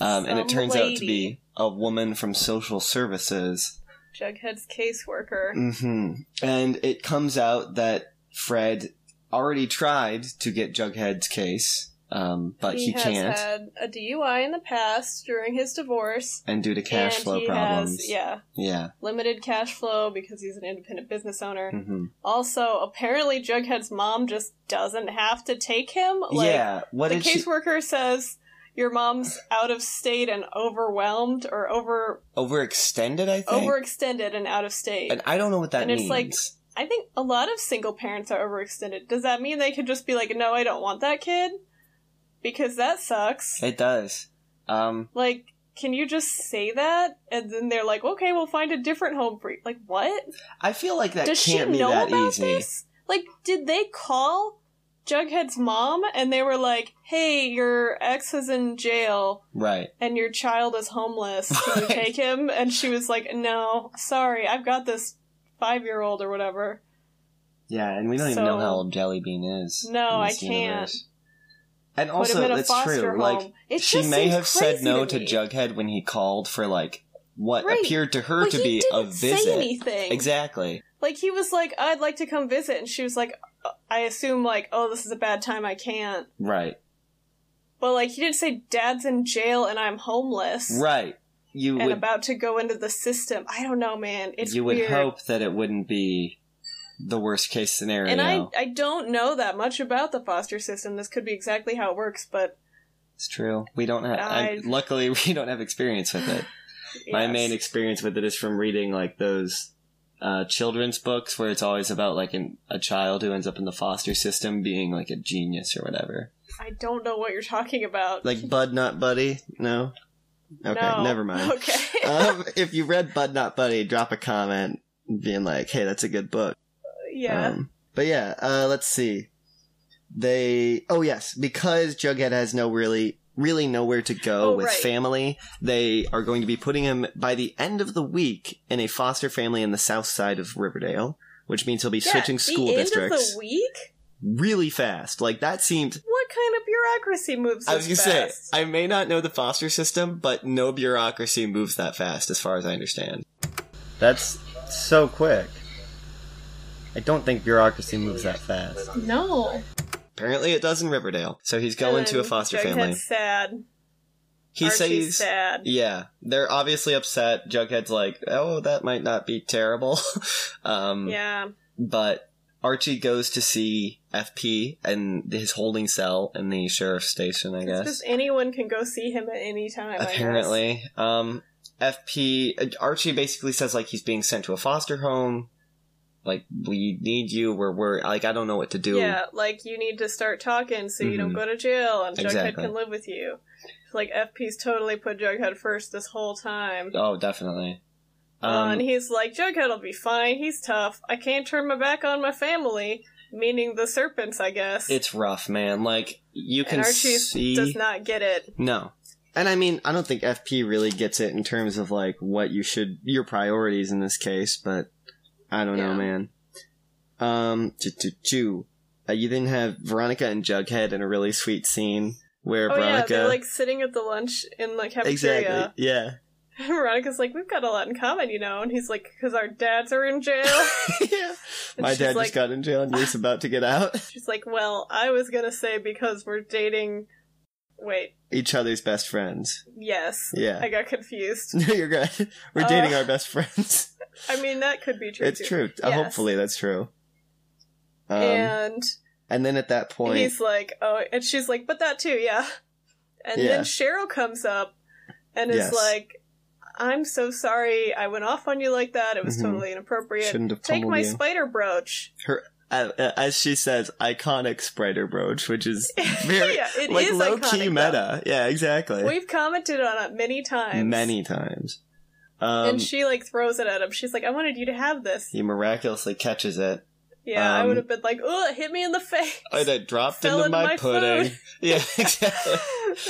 Speaker 1: um, and it
Speaker 2: Some
Speaker 1: turns out to be
Speaker 2: lady.
Speaker 1: a woman from social services.
Speaker 2: Jughead's caseworker.
Speaker 1: hmm And it comes out that Fred already tried to get Jughead's case, um, but he,
Speaker 2: has
Speaker 1: can't,
Speaker 2: had a DUI in the past during his divorce,
Speaker 1: and due to cash
Speaker 2: and
Speaker 1: flow
Speaker 2: he
Speaker 1: problems,
Speaker 2: has yeah
Speaker 1: yeah,
Speaker 2: limited cash flow because he's an independent business owner.
Speaker 1: hmm
Speaker 2: Also, apparently Jughead's mom just doesn't have to take him. Like,
Speaker 1: yeah. What
Speaker 2: the
Speaker 1: did she
Speaker 2: caseworker says your mom's out of state and overwhelmed or over
Speaker 1: overextended? I think,
Speaker 2: overextended and out of state.
Speaker 1: and I don't know what that
Speaker 2: And
Speaker 1: means.
Speaker 2: it's like- I think a lot of single parents are overextended. Does that mean they could just be like, "No, I don't want that kid?" Because that sucks.
Speaker 1: it does. Um,
Speaker 2: Like can you just say that? And then they're like, okay, we'll find a different home for you. Like, what?
Speaker 1: I feel like that
Speaker 2: Does she
Speaker 1: can't be
Speaker 2: know
Speaker 1: that
Speaker 2: about
Speaker 1: easy.
Speaker 2: this? Like, did they call Jughead's mom and they were like, hey, your ex is in jail
Speaker 1: Right.
Speaker 2: and your child is homeless. Can you
Speaker 1: Right.
Speaker 2: take him? And she was like, no, sorry, I've got this five year old or whatever.
Speaker 1: Yeah, and we don't even know
Speaker 2: So-
Speaker 1: how old Jellybean is.
Speaker 2: No,
Speaker 1: in
Speaker 2: I
Speaker 1: this
Speaker 2: can't.
Speaker 1: universe. And
Speaker 2: Put
Speaker 1: also,
Speaker 2: him in a
Speaker 1: it's
Speaker 2: foster
Speaker 1: true.
Speaker 2: home.
Speaker 1: Like,
Speaker 2: it
Speaker 1: she
Speaker 2: just
Speaker 1: may
Speaker 2: seems
Speaker 1: have said
Speaker 2: crazy
Speaker 1: no to,
Speaker 2: me.
Speaker 1: Jughead when he called for like what
Speaker 2: Right.
Speaker 1: appeared to her
Speaker 2: But
Speaker 1: to
Speaker 2: he
Speaker 1: be
Speaker 2: didn't
Speaker 1: a visit.
Speaker 2: Say anything.
Speaker 1: Exactly.
Speaker 2: Like he was like, I'd like to come visit, and she was like, uh, I assume like, oh, this is a bad time, I can't.
Speaker 1: Right.
Speaker 2: But like he didn't say dad's in jail and I'm homeless.
Speaker 1: Right. you
Speaker 2: and
Speaker 1: would
Speaker 2: about to go into the system. I don't know, man. It's
Speaker 1: you would
Speaker 2: weird.
Speaker 1: hope that it wouldn't be the worst case scenario.
Speaker 2: and I, I don't know that much about the foster system. This could be exactly how it works, but
Speaker 1: it's true. We don't have. I,
Speaker 2: I-
Speaker 1: luckily, we don't have experience with it. My
Speaker 2: yes.
Speaker 1: main experience with it is from reading like those uh, children's books where it's always about like an, a child who ends up in the foster system being like a genius or whatever.
Speaker 2: I don't know what you're talking about.
Speaker 1: Like Bud Not Buddy. No. Okay,
Speaker 2: No.
Speaker 1: never mind.
Speaker 2: Okay.
Speaker 1: um, if you read Bud Not Buddy, drop a comment being like, "Hey, that's a good book."
Speaker 2: yeah.
Speaker 1: Um, but yeah, uh, let's see. They oh yes, because Jughead has no really really nowhere to go
Speaker 2: Oh,
Speaker 1: with
Speaker 2: right.
Speaker 1: family, they are going to be putting him by the end of the week in a foster family in the south side of Riverdale, which means he'll be
Speaker 2: Yeah,
Speaker 1: switching school
Speaker 2: the End of
Speaker 1: districts
Speaker 2: the week?
Speaker 1: really fast. Like that seemed
Speaker 2: What kind of bureaucracy moves
Speaker 1: I was
Speaker 2: this
Speaker 1: gonna say,
Speaker 2: fast?
Speaker 1: I may not know the foster system, but no bureaucracy moves that fast as far as I understand.
Speaker 4: That's so quick. I don't think bureaucracy moves that
Speaker 1: uh,
Speaker 4: fast.
Speaker 2: No.
Speaker 1: Apparently it does in Riverdale. So he's going to a foster
Speaker 2: Jughead's
Speaker 1: family.
Speaker 2: sad.
Speaker 1: He
Speaker 2: Archie's
Speaker 1: says
Speaker 2: sad.
Speaker 1: Yeah, they're obviously upset. Jughead's like, "Oh, that might not be terrible," um,
Speaker 2: Yeah.
Speaker 1: but Archie goes to see FP and his holding cell in the sheriff's station. I
Speaker 2: It's
Speaker 1: guess
Speaker 2: just anyone can go see him at any time. I guess.
Speaker 1: apparently, um, FP uh, Archie basically says like he's being sent to a foster home. Like we need you. We're we're like I don't know what to do.
Speaker 2: Yeah, like you need to start talking so you don't
Speaker 1: Mhm.
Speaker 2: go to jail and Jughead
Speaker 1: Exactly.
Speaker 2: can live with you. Like FP's totally put Jughead first this whole time.
Speaker 1: Oh, definitely. Um,
Speaker 2: Uh, and he's like, Jughead'll be fine, he's tough. I can't turn my back on my family, meaning the serpents, I guess.
Speaker 1: it's rough, man. Like you can
Speaker 2: and Archie
Speaker 1: see
Speaker 2: does not get it.
Speaker 1: No. And I mean, I don't think FP really gets it in terms of like what you should your priorities in this case, but I don't know,
Speaker 2: Yeah.
Speaker 1: man. Um, choo- choo- choo. Uh, you then have Veronica and Jughead in a really sweet scene where
Speaker 2: Oh yeah,
Speaker 1: Veronica
Speaker 2: they're like sitting at the lunch in the cafeteria.
Speaker 1: exactly, yeah,
Speaker 2: Veronica's like, we've got a lot in common, you know, and he's like, because our dads are in jail.
Speaker 1: yeah.
Speaker 2: And
Speaker 1: My
Speaker 2: she's
Speaker 1: dad
Speaker 2: like-
Speaker 1: just got in jail and he's about to get out.
Speaker 2: She's like, well, I was gonna say because we're dating. Wait,
Speaker 1: Each other's best friends.
Speaker 2: yes,
Speaker 1: Yeah,
Speaker 2: I got confused.
Speaker 1: no, you're good. We're
Speaker 2: Uh,
Speaker 1: dating our best friends.
Speaker 2: I mean, that could be true.
Speaker 1: It's
Speaker 2: too.
Speaker 1: true. Uh,
Speaker 2: Yes.
Speaker 1: Hopefully, that's true. Um,
Speaker 2: and
Speaker 1: and then at that point,
Speaker 2: he's like, oh, and she's like, but that too, yeah. And
Speaker 1: Yeah.
Speaker 2: then Cheryl comes up and is
Speaker 1: Yes.
Speaker 2: like, I'm so sorry I went off on you like that. It was
Speaker 1: Mhm.
Speaker 2: totally inappropriate.
Speaker 1: Shouldn't have
Speaker 2: Take
Speaker 1: pummeled
Speaker 2: my
Speaker 1: you."
Speaker 2: spider brooch.
Speaker 1: uh, uh, as she says, iconic spider brooch, which is very
Speaker 2: yeah, it is
Speaker 1: like low
Speaker 2: iconic,
Speaker 1: key
Speaker 2: though.
Speaker 1: meta. Yeah, exactly.
Speaker 2: We've commented on it many times.
Speaker 1: Many times. Um,
Speaker 2: and she like throws it at him. She's like, "I wanted you to have this."
Speaker 1: he miraculously catches it.
Speaker 2: Yeah, I
Speaker 1: Um,
Speaker 2: would have been like, "Ugh, hit me in the face."
Speaker 1: And it dropped
Speaker 2: Fell
Speaker 1: into
Speaker 2: into
Speaker 1: my,
Speaker 2: my
Speaker 1: pudding. Yeah, exactly.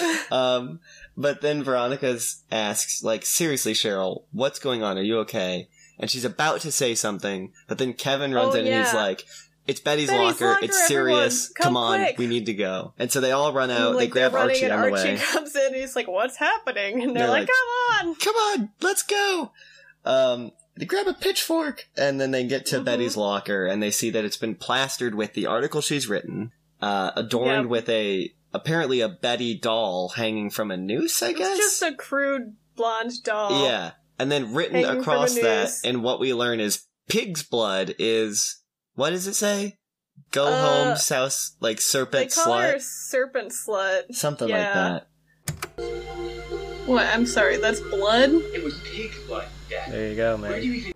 Speaker 2: I
Speaker 1: um, but then Veronica's asks, like, seriously, Cheryl, what's going on? Are you okay? And she's about to say something, but then Kevin runs
Speaker 2: Oh,
Speaker 1: in and he's
Speaker 2: yeah.
Speaker 1: like, it's Betty's,
Speaker 2: Betty's
Speaker 1: locker.
Speaker 2: locker,
Speaker 1: It's serious.
Speaker 2: everyone. Come
Speaker 1: on,
Speaker 2: quick."
Speaker 1: we need to go. And so they all run out.
Speaker 2: like,
Speaker 1: they grab
Speaker 2: they're running
Speaker 1: Archie
Speaker 2: and
Speaker 1: on the
Speaker 2: Archie
Speaker 1: way.
Speaker 2: comes in. And he's like, "What's happening?" And they're,
Speaker 1: They're
Speaker 2: like,
Speaker 1: like-
Speaker 2: "Come on!"
Speaker 1: come on, let's go. Um, they grab a pitchfork and then they get to
Speaker 2: Mhm.
Speaker 1: Betty's locker and they see that it's been plastered with the article she's written, uh, adorned
Speaker 2: Yep.
Speaker 1: with a apparently a Betty doll hanging from a noose, I guess.
Speaker 2: It's just a crude blonde doll.
Speaker 1: yeah, and then written
Speaker 2: Hanging from
Speaker 1: across
Speaker 2: a
Speaker 1: that,
Speaker 2: noose.
Speaker 1: and what we learn is pig's blood is what does it say? Go
Speaker 2: Uh,
Speaker 1: home, souse like
Speaker 2: they
Speaker 1: serpent
Speaker 2: call her a
Speaker 1: slut,
Speaker 2: serpent slut.
Speaker 1: something like
Speaker 2: yeah.
Speaker 1: that.
Speaker 2: What? I'm sorry, that's blood.
Speaker 3: It was pig blood, Dad.
Speaker 4: There you go,
Speaker 3: Where do
Speaker 4: man.
Speaker 3: you even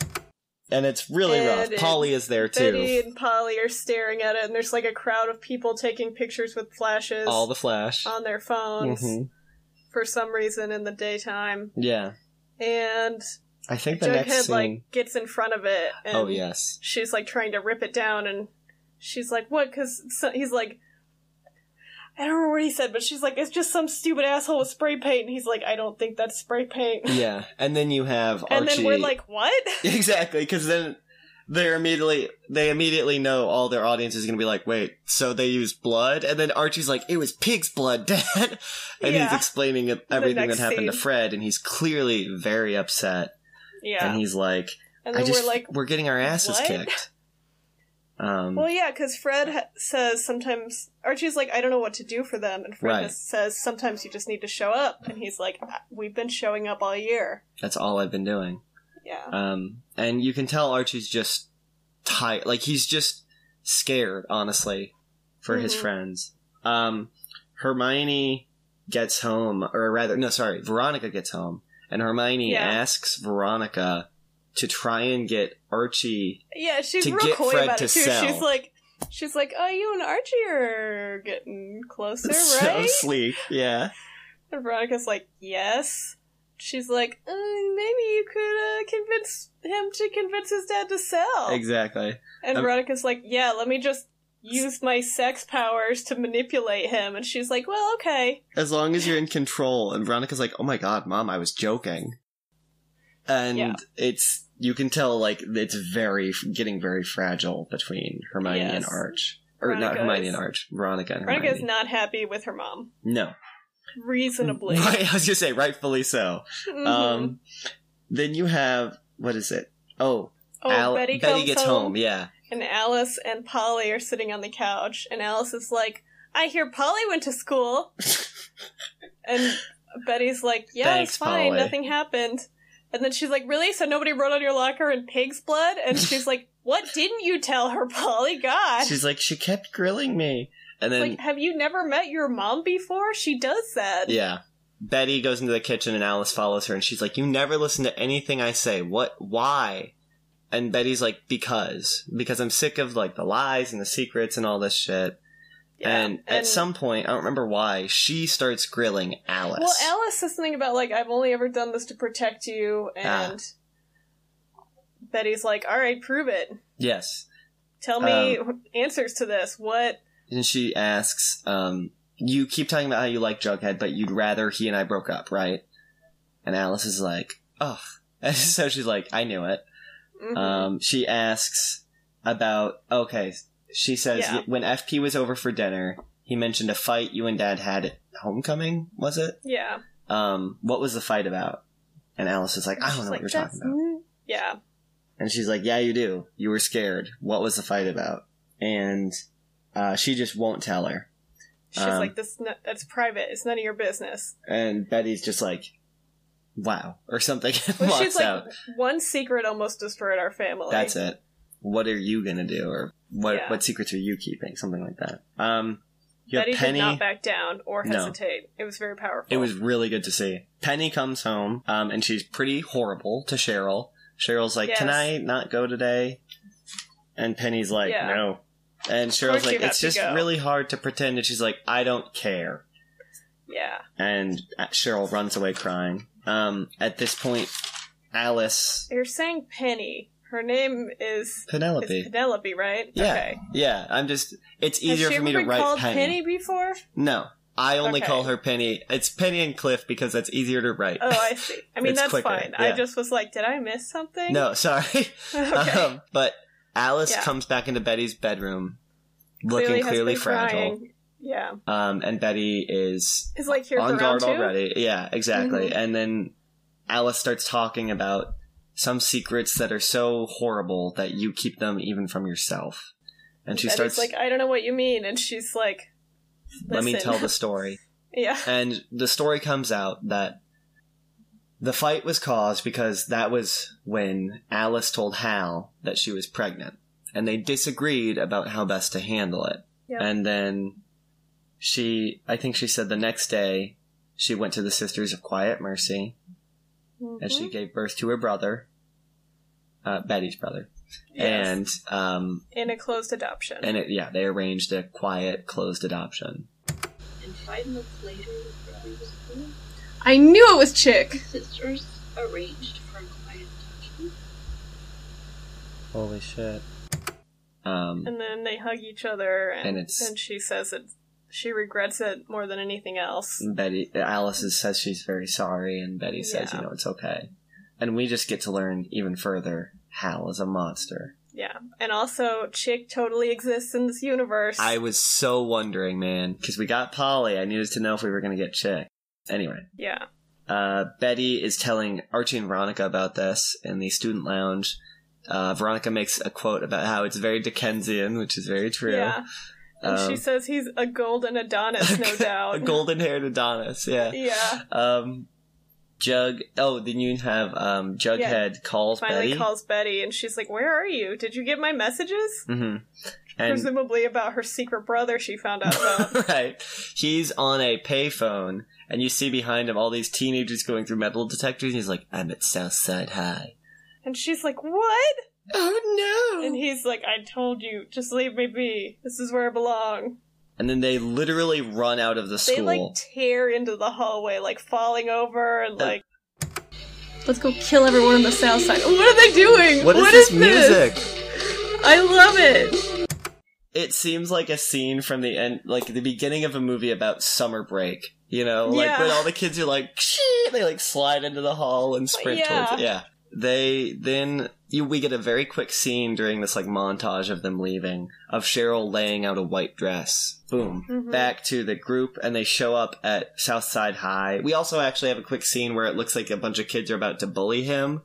Speaker 1: And it's really
Speaker 2: It
Speaker 1: rough.
Speaker 2: is.
Speaker 1: Polly is there too.
Speaker 2: Betty and Polly are staring at it, and there's like a crowd of people taking pictures with flashes
Speaker 1: All the flash.
Speaker 2: on their phones
Speaker 1: Mhm.
Speaker 2: for some reason in the daytime.
Speaker 1: Yeah.
Speaker 2: And
Speaker 1: I think the next
Speaker 2: Jughead
Speaker 1: scene.
Speaker 2: like gets in front of it. And
Speaker 1: oh yes,
Speaker 2: she's like trying to rip it down, and she's like, "What?" Because so, he's like, I don't remember what he said, but she's like, "It's just some stupid asshole with spray paint," and he's like, "I don't think that's spray paint."
Speaker 1: yeah. And then you have
Speaker 2: And
Speaker 1: Archie.
Speaker 2: then we're like, "What?"
Speaker 1: exactly because then they're immediately they immediately know all their audience is going to be like, wait, so they used blood? And then Archie's like, it was pig's blood, Dad, and he's
Speaker 2: Yeah.
Speaker 1: explaining it- everything that
Speaker 2: next
Speaker 1: happened to
Speaker 2: scene.
Speaker 1: Fred, and he's clearly very upset,
Speaker 2: Yeah,
Speaker 1: and he's like,
Speaker 2: and
Speaker 1: I
Speaker 2: then
Speaker 1: just
Speaker 2: we're like,
Speaker 1: we're getting our asses
Speaker 2: "What?"
Speaker 1: kicked. Um,
Speaker 2: Well, yeah, because Fred ha- says sometimes Archie's like, I don't know what to do for them, and Fred
Speaker 1: Right.
Speaker 2: has- says sometimes you just need to show up, and he's like, "Ah, we've been showing up all year.
Speaker 1: that's all I've been doing.
Speaker 2: Yeah,
Speaker 1: Um, and you can tell Archie's just tired. Like, he's just scared, honestly, for his
Speaker 2: Mhm.
Speaker 1: friends. Um, Hermione gets home, or rather, no, sorry, Veronica gets home, and Hermione
Speaker 2: Yeah.
Speaker 1: asks Veronica to try and get Archie.
Speaker 2: yeah, she's
Speaker 1: To
Speaker 2: real
Speaker 1: get
Speaker 2: coy
Speaker 1: Fred
Speaker 2: about it
Speaker 1: to
Speaker 2: too.
Speaker 1: sell.
Speaker 2: She's like, she's like, oh, you and Archie are getting closer,
Speaker 1: So
Speaker 2: right?
Speaker 1: sleek, yeah.
Speaker 2: And Veronica's like, yes. She's like, uh, maybe you could uh, convince him to convince his dad to sell.
Speaker 1: Exactly.
Speaker 2: And
Speaker 1: Um,
Speaker 2: Veronica's like, yeah, let me just use my sex powers to manipulate him. And she's like, well, okay.
Speaker 1: As long as you're in control. And Veronica's like, oh my god, mom, I was joking. And
Speaker 2: Yeah.
Speaker 1: it's, you can tell, like, it's very, getting very fragile between Hermione and
Speaker 2: Yes.
Speaker 1: Arch. Or not
Speaker 2: Veronica
Speaker 1: Hermione
Speaker 2: is-
Speaker 1: and Arch, Veronica and
Speaker 2: Veronica's
Speaker 1: Hermione.
Speaker 2: not happy with her mom.
Speaker 1: no.
Speaker 2: Reasonably.
Speaker 1: Right, I was gonna say, rightfully so.
Speaker 2: Mhm.
Speaker 1: Um, then you have, what is it? Oh,
Speaker 2: oh,
Speaker 1: Al-
Speaker 2: Betty, comes
Speaker 1: gets home. yeah.
Speaker 2: And Alice and Polly are sitting on the couch. And Alice is like, I hear Polly went to school. and Betty's like, yeah,
Speaker 1: Thanks,
Speaker 2: it's fine.
Speaker 1: Polly.
Speaker 2: Nothing happened. And then she's like, really? So nobody wrote on your locker in pig's blood? And she's like, what didn't you tell her, Polly? God.
Speaker 1: She's like, she kept grilling me. And then,
Speaker 2: like, have you never met your mom before? She does that.
Speaker 1: Yeah. Betty goes into the kitchen and Alice follows her and she's like, You never listen to anything I say. What why? And Betty's like, Because. Because I'm sick of like the lies and the secrets and all this shit.
Speaker 2: Yeah,
Speaker 1: And, at some point, I don't remember why, she starts grilling Alice.
Speaker 2: well, Alice says something about like I've only ever done this to protect you,
Speaker 1: Ah.
Speaker 2: and Betty's like, "All right, prove it.
Speaker 1: Yes.
Speaker 2: Tell me
Speaker 1: Um,
Speaker 2: answers to this. What?
Speaker 1: And she asks, um, you keep talking about how you like Jughead, but you'd rather he and I broke up, right? And Alice is like, Ugh. And so she's like, I knew it.
Speaker 2: Mhm.
Speaker 1: Um, she asks about okay. She says
Speaker 2: Yeah.
Speaker 1: when FP was over for dinner, he mentioned a fight you and Dad had at homecoming. Was it?
Speaker 2: yeah,
Speaker 1: Um, what was the fight about? And Alice is like, I don't
Speaker 2: She's
Speaker 1: know
Speaker 2: like,
Speaker 1: what you're
Speaker 2: "That's
Speaker 1: talking about.
Speaker 2: n- Yeah,
Speaker 1: And she's like, Yeah, you do. You were scared. What was the fight about? And uh, she just won't tell her.
Speaker 2: she's
Speaker 1: Um,
Speaker 2: like, "This n- that's private. It's none of your business."
Speaker 1: And Betty's just like, Wow, or something. and
Speaker 2: But
Speaker 1: walks
Speaker 2: she's like,
Speaker 1: out.
Speaker 2: "One secret almost destroyed our family."
Speaker 1: That's it. What are you gonna do, or what?
Speaker 2: Yeah.
Speaker 1: What secrets are you keeping? Something like that. Um, you have
Speaker 2: Betty
Speaker 1: Penny.
Speaker 2: did not back down or
Speaker 1: No.
Speaker 2: hesitate. It was very powerful.
Speaker 1: It was really good to see. Penny comes home, um, and she's pretty horrible to Cheryl. Cheryl's like, "Can
Speaker 2: Yes.
Speaker 1: I not go today?" And Penny's like,
Speaker 2: Yeah.
Speaker 1: "No." And
Speaker 2: course
Speaker 1: Cheryl's like,
Speaker 2: you have
Speaker 1: "It's
Speaker 2: to
Speaker 1: just
Speaker 2: go."
Speaker 1: really hard to pretend." And she's like, "I don't care."
Speaker 2: yeah.
Speaker 1: And uh, Cheryl runs away crying. Um, at this point, Alice
Speaker 2: You're saying Penny. Her name is
Speaker 1: Penelope.
Speaker 2: Penelope, Penelope right?
Speaker 1: Yeah.
Speaker 2: Okay.
Speaker 1: yeah, I'm just. It's
Speaker 2: Has
Speaker 1: easier
Speaker 2: she
Speaker 1: for me to
Speaker 2: ever been
Speaker 1: write
Speaker 2: called
Speaker 1: Penny.
Speaker 2: before?
Speaker 1: No, I only
Speaker 2: Okay.
Speaker 1: call her Penny. It's Penny and Cliff because that's easier to write.
Speaker 2: Oh, I see. I mean,
Speaker 1: It's
Speaker 2: that's
Speaker 1: quicker,
Speaker 2: fine.
Speaker 1: yeah.
Speaker 2: I just was like, did I miss something?
Speaker 1: no, sorry.
Speaker 2: okay.
Speaker 1: Um, but Alice
Speaker 2: Yeah.
Speaker 1: comes back into Betty's bedroom,
Speaker 2: Clearly
Speaker 1: looking
Speaker 2: has
Speaker 1: clearly
Speaker 2: been
Speaker 1: fragile.
Speaker 2: crying. Yeah.
Speaker 1: Um, and Betty is
Speaker 2: It's like, here's
Speaker 1: on
Speaker 2: around
Speaker 1: guard
Speaker 2: two. Mm-hmm.
Speaker 1: already. Yeah, exactly. And then Alice starts talking about some secrets that are so horrible that you keep them even from yourself. And she
Speaker 2: Betty's
Speaker 1: starts,
Speaker 2: like, I don't know what you mean. And she's like,
Speaker 1: let me
Speaker 2: "Listen."
Speaker 1: tell the story.
Speaker 2: yeah.
Speaker 1: And the story comes out that the fight was caused because that was when Alice told Hal that she was pregnant. And they disagreed about how best to handle it.
Speaker 2: Yep.
Speaker 1: And then she, I think she said the next day, she went to the Sisters of Quiet Mercy and
Speaker 2: Mm-hmm.
Speaker 1: she gave birth to her brother, uh, Betty's brother.
Speaker 3: Yes.
Speaker 1: And, um,
Speaker 2: In a closed adoption.
Speaker 1: and it, yeah, they arranged a quiet, closed adoption.
Speaker 5: And five months later, when he was born,
Speaker 2: I knew it was Chick.
Speaker 5: sisters arranged for a quiet adoption.
Speaker 4: Holy shit.
Speaker 1: Um,
Speaker 2: And then they hug each other. And,
Speaker 1: And it's-
Speaker 2: and she says it. She regrets it more than anything else.
Speaker 1: And Betty Alice is- says she's very sorry, and Betty says,
Speaker 2: Yeah.
Speaker 1: you know, it's okay. And we just get to learn even further Hal is a monster.
Speaker 2: Yeah. And also, Chick totally exists in this universe.
Speaker 1: I was so wondering, man, because we got Polly. I needed to know if we were going to get Chick. Anyway,
Speaker 2: Yeah.
Speaker 1: uh, Betty is telling Archie and Veronica about this in the student lounge, Uh, Veronica makes a quote about how it's very Dickensian, which is very true. Um,
Speaker 2: Yeah. And she says he's a golden Adonis, no doubt.
Speaker 1: a golden haired Adonis, yeah.
Speaker 2: yeah.
Speaker 1: Um, Jug. Oh, then you have um, Jughead calls
Speaker 2: Finally
Speaker 1: Betty.
Speaker 2: calls Betty and she's like, Where are you? Did you get my messages?
Speaker 1: hmm And
Speaker 2: Presumably about her secret brother she found out about.
Speaker 1: right. He's on a payphone, and you see behind him all these teenagers going through metal detectors. And he's like, "I'm at Southside High."
Speaker 2: and she's like, What?
Speaker 1: Oh no!
Speaker 2: And he's like, I told you, just leave me be. This is where I belong.
Speaker 1: And then they literally run out of the school.
Speaker 2: They like tear into the hallway, like falling over and like Let's go kill everyone on the south side. What are they doing?
Speaker 1: what is this music?
Speaker 2: I love it.
Speaker 1: It seems like a scene from the end, like the beginning of a movie about summer break. You know, like
Speaker 2: Yeah.
Speaker 1: when all the kids are like, "Shee!" they like slide into the hall and sprint
Speaker 2: Yeah.
Speaker 1: towards. Yeah, they then you we get a very quick scene during this like montage of them leaving of Cheryl laying out a white dress. Boom,
Speaker 2: Mhm.
Speaker 1: back to the group, and they show up at Southside High. We also actually have a quick scene where it looks like a bunch of kids are about to bully him.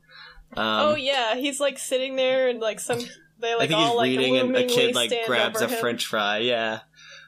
Speaker 1: Um,
Speaker 2: oh yeah, he's like sitting there and like some they like
Speaker 1: I think
Speaker 2: all
Speaker 1: he's
Speaker 2: like
Speaker 1: reading, and a kid like grabs a
Speaker 2: friend.
Speaker 1: French fry. Yeah,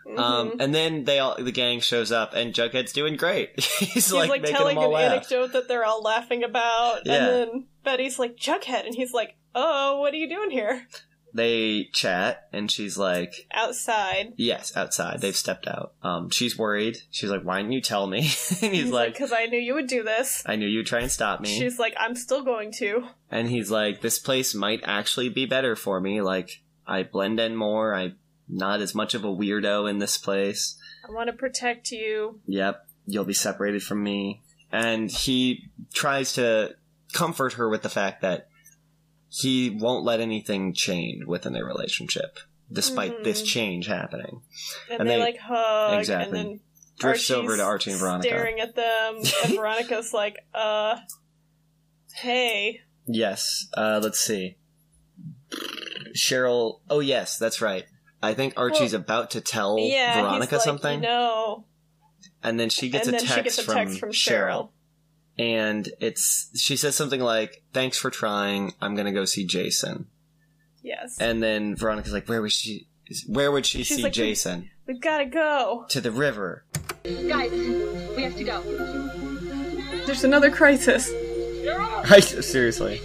Speaker 2: Mm-hmm.
Speaker 1: um, and then they all the gang shows up, and Jughead's doing great. he's,
Speaker 2: He's
Speaker 1: like,
Speaker 2: like,
Speaker 1: making
Speaker 2: telling
Speaker 1: them all
Speaker 2: an
Speaker 1: laugh.
Speaker 2: anecdote that they're all laughing about,
Speaker 1: Yeah.
Speaker 2: and then Betty's like Jughead, and he's like, "Oh, what are you doing here
Speaker 1: They chat, and she's like,
Speaker 2: outside?"
Speaker 1: "Yes, outside. They've stepped out." Um, she's worried. She's like, "Why didn't you tell me?" and he's, like,
Speaker 2: "Because I knew you would do this."
Speaker 1: "I knew you'd try and stop me."
Speaker 2: She's like, "I'm still going to."
Speaker 1: and he's like, "This place might actually be better for me. Like, I blend in more. I'm not as much of a weirdo in this place."
Speaker 2: I want to protect you.
Speaker 1: yep, you'll be separated from me. And he tries to comfort her with the fact that he won't let anything change within their relationship, despite
Speaker 2: Mhm.
Speaker 1: this change happening.
Speaker 2: And,
Speaker 1: And
Speaker 2: they,
Speaker 1: they-
Speaker 2: like hug,
Speaker 1: exactly.
Speaker 2: and then
Speaker 1: Drifts
Speaker 2: Archie's
Speaker 1: over to Archie and Veronica.
Speaker 2: staring at them, and Veronica's like, "Uh, hey."
Speaker 1: Yes, uh, let's see. Cheryl, oh yes, that's right. I think Archie's about to tell
Speaker 2: yeah, he's
Speaker 1: Veronica
Speaker 2: like,
Speaker 1: something,
Speaker 2: You know,
Speaker 1: and then she gets,
Speaker 2: and
Speaker 1: a,
Speaker 2: then
Speaker 1: text
Speaker 2: she gets a text from, Cheryl.
Speaker 1: and it's she says something like, "Thanks for trying. I'm gonna go see Jason."
Speaker 2: Yes,
Speaker 1: And then Veronica's like, "Where was she? Where would she
Speaker 2: She's
Speaker 1: see
Speaker 2: like,
Speaker 1: Jason?"
Speaker 2: we've got to go.
Speaker 1: to the river.
Speaker 5: Guys, we have to go.
Speaker 2: There's another crisis.
Speaker 4: I seriously.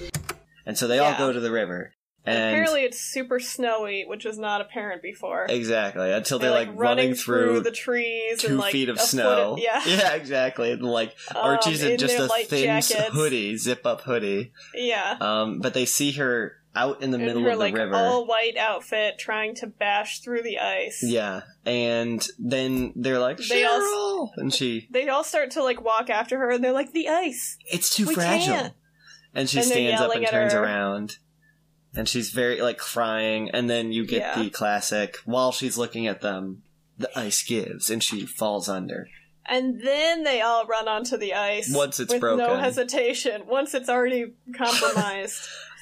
Speaker 1: And so they all
Speaker 2: Yeah.
Speaker 1: go to the river. And
Speaker 2: Apparently, it's super snowy, which was not apparent before.
Speaker 1: exactly until they're, like, running through,
Speaker 2: the trees,
Speaker 1: two
Speaker 2: and, like,
Speaker 1: feet of
Speaker 2: a foot
Speaker 1: snow.
Speaker 2: yeah,
Speaker 1: yeah, exactly. And like
Speaker 2: Um,
Speaker 1: Archie's in
Speaker 2: in
Speaker 1: just
Speaker 2: their
Speaker 1: a
Speaker 2: light
Speaker 1: thin s-
Speaker 2: jackets.
Speaker 1: hoodie, zip up hoodie.
Speaker 2: yeah.
Speaker 1: Um, but they see her out in the
Speaker 2: In
Speaker 1: middle
Speaker 2: her
Speaker 1: of the
Speaker 2: like
Speaker 1: river.
Speaker 2: all white outfit, trying to bash through the ice.
Speaker 1: Yeah, and then they're like Cheryl,
Speaker 2: They all-
Speaker 1: and she
Speaker 2: They all start to like walk after her, and they're like, "The ice."
Speaker 1: it's too
Speaker 2: We
Speaker 1: fragile.
Speaker 2: can't.
Speaker 1: And she
Speaker 2: And they're
Speaker 1: stands up and
Speaker 2: yelling at
Speaker 1: turns
Speaker 2: her.
Speaker 1: around. And she's very like crying, and then you get
Speaker 2: Yeah.
Speaker 1: the classic while she's looking at them, the ice gives, and she falls under.
Speaker 2: And then they all run onto the ice
Speaker 1: Once it's
Speaker 2: with no
Speaker 1: broken.
Speaker 2: hesitation. Once it's already compromised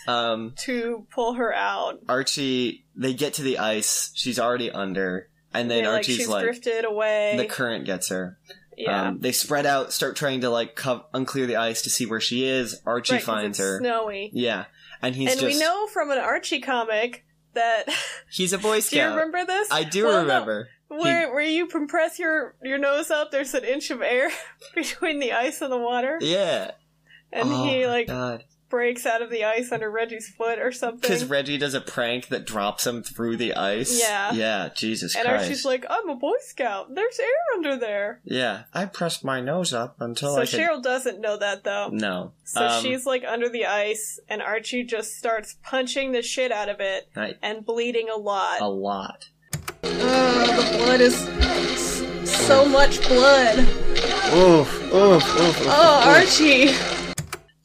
Speaker 1: Um,
Speaker 2: to pull her out.
Speaker 1: Archie, they get to the ice. She's already under, and then
Speaker 2: They, like,
Speaker 1: Archie's
Speaker 2: she's
Speaker 1: like,
Speaker 2: drifted away.
Speaker 1: the current gets her.
Speaker 2: yeah,
Speaker 1: Um, they spread out, start trying to like co- unclear the ice to see where she is. Archie
Speaker 2: Right, 'cause
Speaker 1: finds
Speaker 2: it's
Speaker 1: her.
Speaker 2: Snowy.
Speaker 1: Yeah, and he's
Speaker 2: and
Speaker 1: just
Speaker 2: we know from an Archie comic that.
Speaker 1: he's a boy
Speaker 2: do you
Speaker 1: scout.
Speaker 2: remember this?
Speaker 1: I do
Speaker 2: Well, no,
Speaker 1: remember.
Speaker 2: where where you compress your your nose up, there's an inch of air between the ice and the water,
Speaker 1: Yeah,
Speaker 2: and
Speaker 1: Oh,
Speaker 2: he
Speaker 1: my
Speaker 2: like
Speaker 1: God.
Speaker 2: breaks out of the ice under Reggie's foot or
Speaker 1: Because
Speaker 2: something.
Speaker 1: Reggie does a prank that drops him through the ice.
Speaker 2: Yeah.
Speaker 1: Yeah, Jesus
Speaker 2: and
Speaker 1: Christ.
Speaker 2: Archie's like, "I'm a Boy Scout. There's air under there."
Speaker 1: yeah, I pressed my nose up until
Speaker 2: so
Speaker 1: I could...
Speaker 2: Cheryl doesn't know that though.
Speaker 1: No.
Speaker 2: So
Speaker 1: Um,
Speaker 2: she's like under the ice, and Archie just starts punching the shit out of it
Speaker 1: I-
Speaker 2: and bleeding a lot.
Speaker 1: A lot.
Speaker 2: the blood is so much blood.
Speaker 4: Oof, oof, oof, oof.
Speaker 2: Oh, Archie!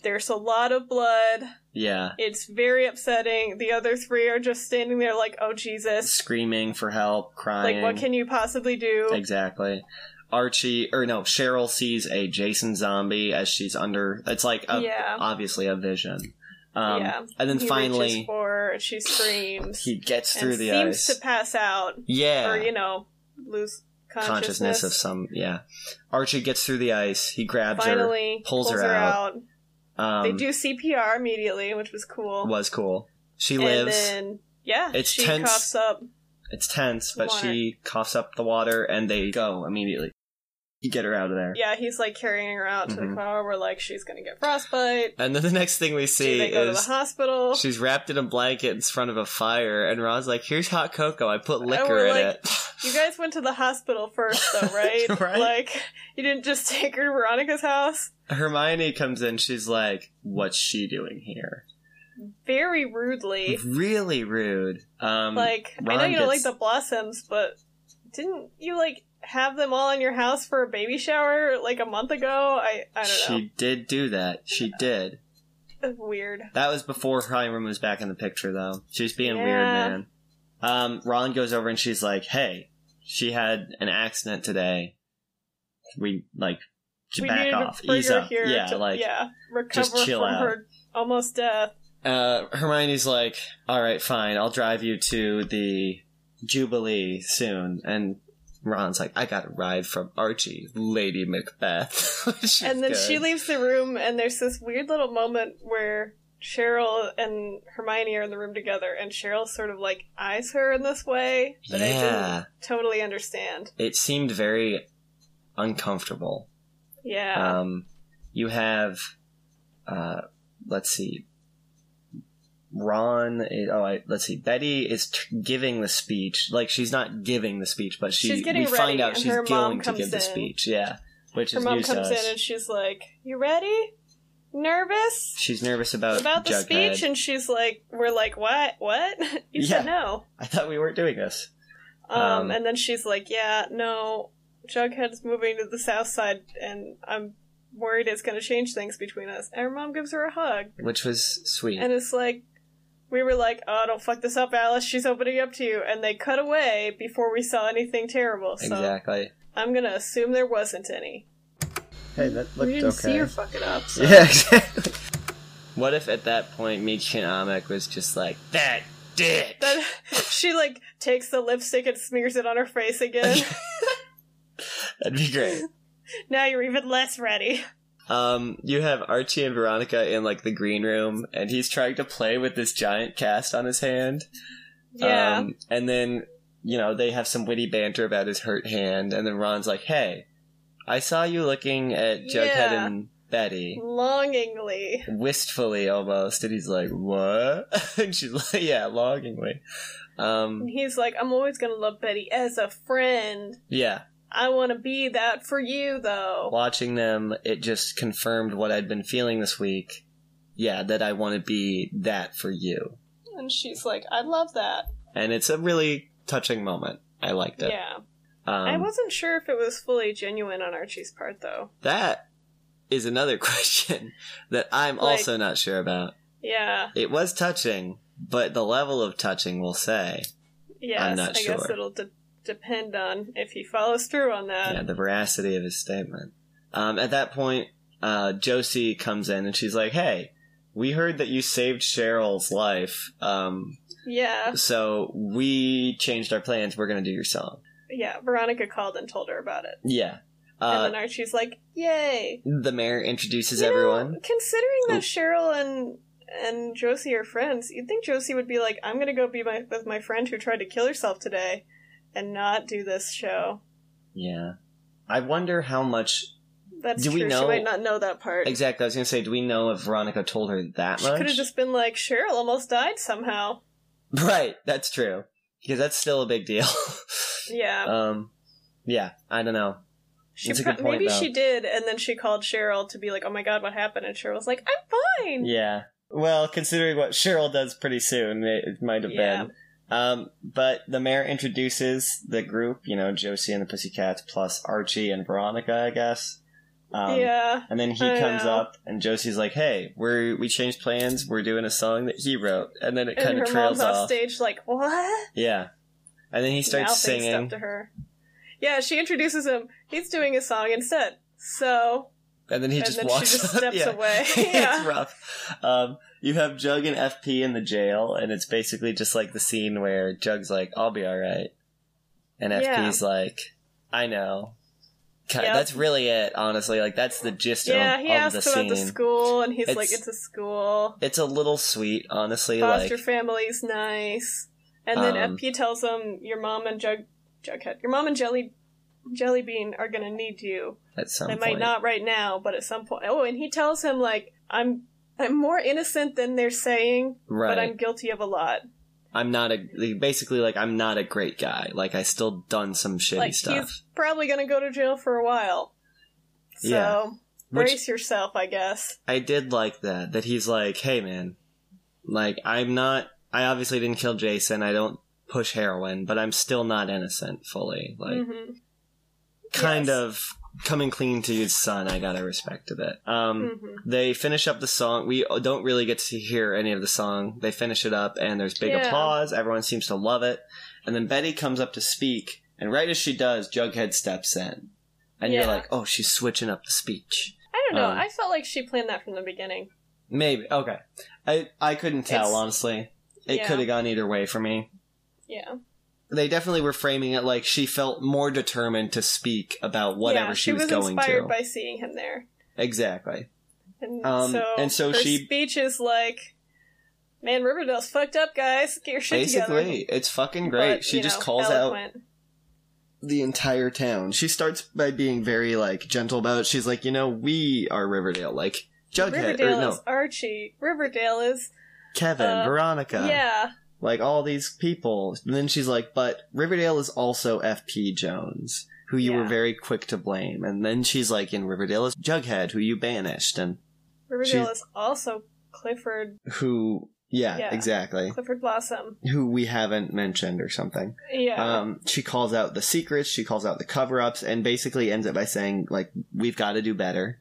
Speaker 2: There's a lot of blood.
Speaker 1: Yeah.
Speaker 2: It's very upsetting. The other three are just standing there like, oh Jesus.
Speaker 1: Screaming for help, crying.
Speaker 2: Like, what can you possibly do?
Speaker 1: Exactly. Archie, or no, Cheryl sees a Jason zombie as she's under... It's like, a,
Speaker 2: Yeah.
Speaker 1: obviously, a vision. Um,
Speaker 2: yeah.
Speaker 1: And then
Speaker 2: He reaches
Speaker 1: finally,
Speaker 2: for her and she screams.
Speaker 1: he gets
Speaker 2: and
Speaker 1: through the
Speaker 2: seems
Speaker 1: ice.
Speaker 2: to pass out.
Speaker 1: yeah.
Speaker 2: Or, you know, lose consciousness.
Speaker 1: consciousness of some... Yeah. Archie gets through the ice. He grabs
Speaker 2: Finally,
Speaker 1: her, pulls, her out. Um,
Speaker 2: they do CPR immediately, which was cool.
Speaker 1: was cool. She
Speaker 2: and
Speaker 1: lives.
Speaker 2: then yeah,
Speaker 1: It's
Speaker 2: she
Speaker 1: tense.
Speaker 2: coughs up.
Speaker 1: it's tense, but
Speaker 2: Water.
Speaker 1: she coughs up the water and they go immediately. You get her out of there.
Speaker 2: Yeah, he's like carrying her out to
Speaker 1: Mhm.
Speaker 2: the car where like she's gonna get frostbite.
Speaker 1: And then the next thing we
Speaker 2: Do
Speaker 1: see
Speaker 2: they go to the
Speaker 1: is
Speaker 2: hospital.
Speaker 1: she's wrapped in a blanket in front of a fire, and Ron's like, "Here's hot cocoa. I put liquor
Speaker 2: we're
Speaker 1: in
Speaker 2: like-
Speaker 1: it."
Speaker 2: You guys went to the hospital first, though, right?
Speaker 1: Right.
Speaker 2: Like, you didn't just take her to Veronica's house.
Speaker 1: Hermione comes in. She's like, "What's she doing here?"
Speaker 2: Very rudely.
Speaker 1: Really rude. Um,
Speaker 2: like, I know
Speaker 1: Ron
Speaker 2: you don't like
Speaker 1: gets-
Speaker 2: the blossoms, but didn't you, like, have them all in your house for a baby shower, like, a month ago? I, I don't
Speaker 1: she did do that. She did.
Speaker 2: know. Weird.
Speaker 1: That was before Hiram was back in the picture, though. She's being weird,
Speaker 2: Yeah.
Speaker 1: man. Um, Ron goes over and she's like, "Hey, she had an accident today. We like, j-
Speaker 2: we
Speaker 1: back
Speaker 2: needed
Speaker 1: off,
Speaker 2: to bring
Speaker 1: ease
Speaker 2: her
Speaker 1: up,
Speaker 2: here
Speaker 1: yeah,
Speaker 2: to,
Speaker 1: like."
Speaker 2: yeah, recover
Speaker 1: chill
Speaker 2: from
Speaker 1: out.
Speaker 2: her almost death.
Speaker 1: Uh, Hermione's like, "All right, fine. I'll drive you to the Jubilee soon." And Ron's like, "I got a ride from Archie, Lady Macbeth." Which is
Speaker 2: and then she
Speaker 1: good.
Speaker 2: leaves the room, and there's this weird little moment where Cheryl and Hermione are in the room together, and Cheryl sort of like eyes her in this way that I
Speaker 1: Yeah.
Speaker 2: didn't totally understand.
Speaker 1: It seemed very uncomfortable.
Speaker 2: Yeah,
Speaker 1: Um, you have, uh, let's see, Ron. i- Oh, I, let's see. Betty is t- giving the speech. Like she's not giving the speech, but she.
Speaker 2: She's getting
Speaker 1: we find
Speaker 2: ready,
Speaker 1: out
Speaker 2: and
Speaker 1: she's
Speaker 2: her mom
Speaker 1: going to
Speaker 2: comes
Speaker 1: give the
Speaker 2: in.
Speaker 1: speech. Yeah, which
Speaker 2: her
Speaker 1: is
Speaker 2: mom
Speaker 1: news to
Speaker 2: comes
Speaker 1: us.
Speaker 2: in and she's like, "You ready? Nervous
Speaker 1: she's nervous about
Speaker 2: about the
Speaker 1: Jughead.
Speaker 2: speech?" And she's like, "We're like, what? What? you
Speaker 1: Yeah.
Speaker 2: said no."
Speaker 1: I thought we weren't doing this.
Speaker 2: Um,
Speaker 1: Um,
Speaker 2: and then she's like, "Yeah, no, Jughead's moving to the south side, and I'm worried it's going to change things between us." And her mom gives her a hug,
Speaker 1: Which was sweet.
Speaker 2: and it's like, we were like, "Oh, don't fuck this up, Alice. She's opening up to you." And they cut away before we saw anything terrible. So
Speaker 1: exactly.
Speaker 2: I'm going to assume there wasn't any.
Speaker 4: Hey, that looked
Speaker 2: we didn't
Speaker 4: okay.
Speaker 2: see her fuck it up. So.
Speaker 4: yeah, exactly.
Speaker 1: What if at that point Michi and Amek was just like that dick?
Speaker 2: Then she like takes the lipstick and smears it on her face again.
Speaker 1: That'd be great.
Speaker 2: now you're even less ready.
Speaker 1: Um, you have Archie and Veronica in like the green room, and he's trying to play with this giant cast on his hand.
Speaker 2: Yeah.
Speaker 1: Um, and then you know they have some witty banter about his hurt hand, and then Ron's like, "Hey, I saw you looking at Jughead
Speaker 2: Yeah.
Speaker 1: and Betty."
Speaker 2: Longingly.
Speaker 1: Wistfully, almost, and he's like, "What?" and she's like, "Yeah, longingly." Um,
Speaker 2: And he's like, I'm always gonna love Betty as a friend.
Speaker 1: yeah,
Speaker 2: I wanna be that for you though.
Speaker 1: watching them, it just confirmed what I'd been feeling this week. Yeah, that I want to be that for you.
Speaker 2: And she's like, I love that.
Speaker 1: and it's a really touching moment. I liked it.
Speaker 2: Yeah.
Speaker 1: Um,
Speaker 2: I wasn't sure if it was fully genuine on Archie's part though.
Speaker 1: that is another question that I'm
Speaker 2: Like-
Speaker 1: also not sure about.
Speaker 2: Yeah.
Speaker 1: It was touching, but the level of touching will say
Speaker 2: Yes.
Speaker 1: I'm not
Speaker 2: I guess
Speaker 1: sure.
Speaker 2: it'll de- depend on if he follows through on that.
Speaker 1: yeah, the veracity of his statement. Um, at that point, uh, Josie comes in and she's like, "Hey, we heard that you saved Cheryl's life, um,
Speaker 2: Yeah.
Speaker 1: so we changed our plans. We're going to do your song."
Speaker 2: Yeah. Veronica called and told her about it.
Speaker 1: Yeah.
Speaker 2: and
Speaker 1: Uh,
Speaker 2: then Archie's like, Yay.
Speaker 1: the mayor introduces
Speaker 2: You know,
Speaker 1: everyone.
Speaker 2: considering that
Speaker 1: Oop.
Speaker 2: Cheryl and and Josie are friends, you'd think Josie would be like, "I'm gonna go be my with my friend who tried to kill herself today, and not do this show."
Speaker 1: Yeah. I wonder how much
Speaker 2: That's
Speaker 1: Do we
Speaker 2: true.
Speaker 1: know-
Speaker 2: She might not know that part.
Speaker 1: Exactly. I was gonna say, do we know if Veronica told her that
Speaker 2: She
Speaker 1: much?
Speaker 2: could have just been like, "Cheryl almost died somehow."
Speaker 1: Right. That's true. Because that's still a big deal.
Speaker 2: Yeah,
Speaker 1: um, yeah. I don't know.
Speaker 2: she
Speaker 1: that's a good
Speaker 2: pro-
Speaker 1: point,
Speaker 2: maybe
Speaker 1: though.
Speaker 2: she did, and then she called Cheryl to be like, "Oh my god, what happened?" And Cheryl was like, "I'm fine."
Speaker 1: Yeah. Well, considering what Cheryl does pretty soon, it, it might have
Speaker 2: Yeah.
Speaker 1: been. Um, but the mayor introduces the group. You know, Josie and the Pussycats plus Archie and Veronica, I guess. Um,
Speaker 2: yeah.
Speaker 1: And then he
Speaker 2: I
Speaker 1: comes
Speaker 2: know.
Speaker 1: up, and Josie's like, "Hey, we're we changed plans. We're doing a song that he wrote." And then it
Speaker 2: And
Speaker 1: kind
Speaker 2: her
Speaker 1: of trails
Speaker 2: mom's
Speaker 1: off.
Speaker 2: off stage, like, "What?"
Speaker 1: Yeah. And then he starts
Speaker 2: mouthing
Speaker 1: singing.
Speaker 2: stuff to her. Yeah, she introduces him. He's doing a song instead. So
Speaker 1: And then he
Speaker 2: And
Speaker 1: just
Speaker 2: then she
Speaker 1: walks
Speaker 2: just
Speaker 1: up.
Speaker 2: steps
Speaker 1: yeah.
Speaker 2: away.
Speaker 1: it's
Speaker 2: Yeah.
Speaker 1: rough. Um, you have Jug and FP in the jail, and it's basically just like the scene where Jug's like, I'll be alright. And
Speaker 2: Yeah.
Speaker 1: FP's like, I know. Ki-
Speaker 2: Yeah.
Speaker 1: That's really it, honestly. Like that's the gist
Speaker 2: yeah,
Speaker 1: of,
Speaker 2: he
Speaker 1: of
Speaker 2: asked
Speaker 1: the
Speaker 2: about
Speaker 1: scene.
Speaker 2: the school, and he's like,
Speaker 1: It's-
Speaker 2: "It's a school.
Speaker 1: It's a little sweet, honestly.
Speaker 2: Foster
Speaker 1: like
Speaker 2: family's nice." And then
Speaker 1: Um,
Speaker 2: FP tells him, "Your mom and Jug, Jughead, your mom and Jelly, Jellybean are gonna need you.
Speaker 1: at some
Speaker 2: They
Speaker 1: point,
Speaker 2: might not right now, but at some point." Oh, and he tells him like, "I'm." I'm more innocent than they're saying,
Speaker 1: right?
Speaker 2: but I'm guilty of a lot.
Speaker 1: I'm not a basically like I'm not a great guy. Like I still done some shitty
Speaker 2: like
Speaker 1: stuff,
Speaker 2: he's probably going to go to jail for a while. So
Speaker 1: Yeah. which
Speaker 2: brace yourself, I guess.
Speaker 1: I did like that. That he's like, hey man, like I'm not. I obviously didn't kill Jason. I don't push heroin, but I'm still not innocent fully. Like
Speaker 2: hmm
Speaker 1: kind
Speaker 2: Yes.
Speaker 1: of coming clean to his son. I gotta respect a bit. Um.
Speaker 2: hmm
Speaker 1: They finish up the song. We don't really get to hear any of the song. They finish it up, and there's big
Speaker 2: Yeah.
Speaker 1: applause. Everyone seems to love it. And then Betty comes up to speak, and right as she does, Jughead steps in. And you're
Speaker 2: Yeah.
Speaker 1: like, oh, she's switching up the speech.
Speaker 2: I don't know.
Speaker 1: Um,
Speaker 2: I felt like she planned that from the beginning.
Speaker 1: Maybe. Okay. I, I couldn't tell,
Speaker 2: It's-
Speaker 1: honestly. It
Speaker 2: yeah.
Speaker 1: could have gone either way for me.
Speaker 2: Yeah.
Speaker 1: They definitely were framing it like she felt more determined to speak about whatever
Speaker 2: yeah,
Speaker 1: she, was, going
Speaker 2: inspired
Speaker 1: to.
Speaker 2: by seeing him there.
Speaker 1: exactly.
Speaker 2: And,
Speaker 1: Um,
Speaker 2: so,
Speaker 1: and so
Speaker 2: her
Speaker 1: she-
Speaker 2: speech is like, "Man, Riverdale's fucked up, guys. Get your shit
Speaker 1: Basically,
Speaker 2: together."
Speaker 1: it's fucking great.
Speaker 2: But,
Speaker 1: she
Speaker 2: you
Speaker 1: just
Speaker 2: know,
Speaker 1: calls out
Speaker 2: eloquent.
Speaker 1: the entire town. She starts by being very like gentle about it. She's like, you know, we are Riverdale, like Jughead,
Speaker 2: Riverdale
Speaker 1: or no,
Speaker 2: is Archie. Riverdale is
Speaker 1: Kevin,
Speaker 2: uh,
Speaker 1: Veronica,
Speaker 2: yeah,
Speaker 1: like all these people. And then she's like, but Riverdale is also FP Jones, who you were
Speaker 2: Yeah.
Speaker 1: very quick to blame. And then she's like, in Riverdale is Jughead, who you banished, and
Speaker 2: Riverdale
Speaker 1: she's-
Speaker 2: is also Clifford
Speaker 1: who, yeah,
Speaker 2: Yeah.
Speaker 1: exactly,
Speaker 2: Clifford Blossom.
Speaker 1: who we haven't mentioned or something.
Speaker 2: Yeah,
Speaker 1: Um, she calls out the secrets, she calls out the cover ups, and basically ends it by saying, like, we've got to do better.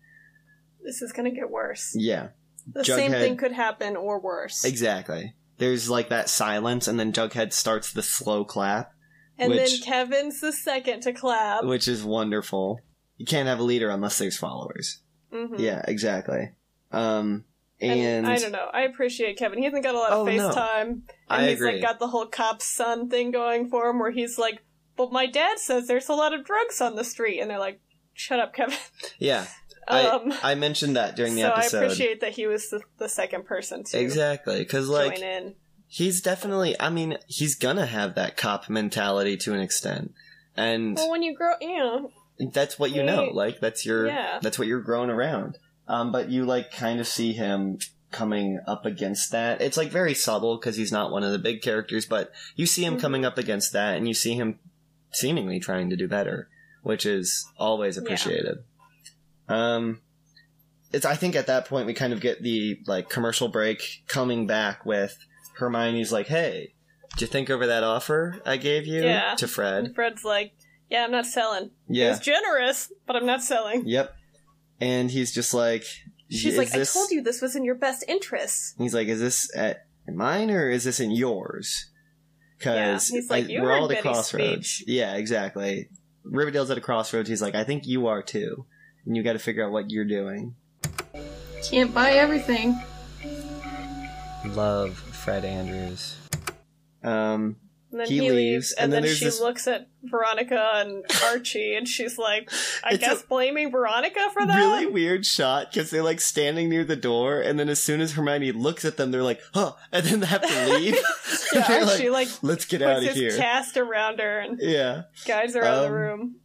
Speaker 2: this is gonna get worse.
Speaker 1: Yeah.
Speaker 2: The same
Speaker 1: Jughead-
Speaker 2: thing could happen or worse.
Speaker 1: Exactly. There's like that silence, and then Jughead starts the slow clap,
Speaker 2: and
Speaker 1: which-
Speaker 2: then Kevin's the second to clap.
Speaker 1: which is wonderful. You can't have a leader unless there's followers.
Speaker 2: Mhm.
Speaker 1: Yeah, exactly. Um,
Speaker 2: And,
Speaker 1: and
Speaker 2: I don't know. I appreciate Kevin. He hasn't got a lot of
Speaker 1: Oh,
Speaker 2: face
Speaker 1: no.
Speaker 2: time. And
Speaker 1: I
Speaker 2: he's
Speaker 1: agree.
Speaker 2: like got the whole cop's son thing going for him where he's like, But my dad says there's a lot of drugs on the street and they're like, Shut up, Kevin.
Speaker 1: yeah,
Speaker 2: Um
Speaker 1: I mentioned that during the
Speaker 2: so
Speaker 1: episode.
Speaker 2: I appreciate that he was the, the second person to
Speaker 1: exactly because
Speaker 2: join
Speaker 1: like
Speaker 2: in.
Speaker 1: he's definitely. I mean, he's gonna have that cop mentality to an extent, and
Speaker 2: Well when you grow you know,
Speaker 1: that's what you know.
Speaker 2: he-
Speaker 1: Like that's your
Speaker 2: yeah.
Speaker 1: that's what you're growing around. Um, but you like kind of see him coming up against that. It's like very subtle because he's not one of the big characters, but you see him
Speaker 2: Mhm.
Speaker 1: coming up against that, and you see him seemingly trying to do better, which is always appreciated. Um, it's I think at that point we kind of get the like commercial break coming back with Hermione's like, "Hey, did you think over that offer I gave you
Speaker 2: Yeah. Mm-hmm.
Speaker 1: to Fred?"
Speaker 2: And Fred's like, Yeah, I'm not selling.
Speaker 1: Yeah.
Speaker 2: It's generous, but I'm not selling.
Speaker 1: Yep. And he's just like,
Speaker 2: She's
Speaker 1: "Is
Speaker 2: like,
Speaker 1: this-
Speaker 2: I told you this was in your best interest.
Speaker 1: He's like, "Is this at mine or is this in yours?"
Speaker 2: Yeah,
Speaker 1: Because
Speaker 2: he's like, "You
Speaker 1: we're
Speaker 2: heard
Speaker 1: all at a
Speaker 2: Betty's
Speaker 1: crossroads.
Speaker 2: speech.
Speaker 1: Yeah, exactly. Riverdale's at a crossroads. He's like, "I think you are too, and you got to figure out what you're doing."
Speaker 2: Can't buy everything.
Speaker 1: Love Fred Andrews. Um,
Speaker 2: And then
Speaker 1: He
Speaker 2: he,
Speaker 1: leaves,
Speaker 2: leaves,
Speaker 1: and
Speaker 2: and,
Speaker 1: then
Speaker 2: then,
Speaker 1: there's
Speaker 2: she
Speaker 1: this-
Speaker 2: looks at Veronica and Archie, and she's like, I
Speaker 1: It's
Speaker 2: guess blaming Veronica for that?
Speaker 1: really weird shot because they're like standing near the door, and then as soon as Hermione looks at them, they're like, "Huh," and then they have to leave.
Speaker 2: Yeah,
Speaker 1: they're like,
Speaker 2: Archie, like,
Speaker 1: "Let's get out
Speaker 2: puts
Speaker 1: of
Speaker 2: his
Speaker 1: here."
Speaker 2: cast around her and
Speaker 1: yeah.
Speaker 2: guides her out of
Speaker 1: Um,
Speaker 2: the room.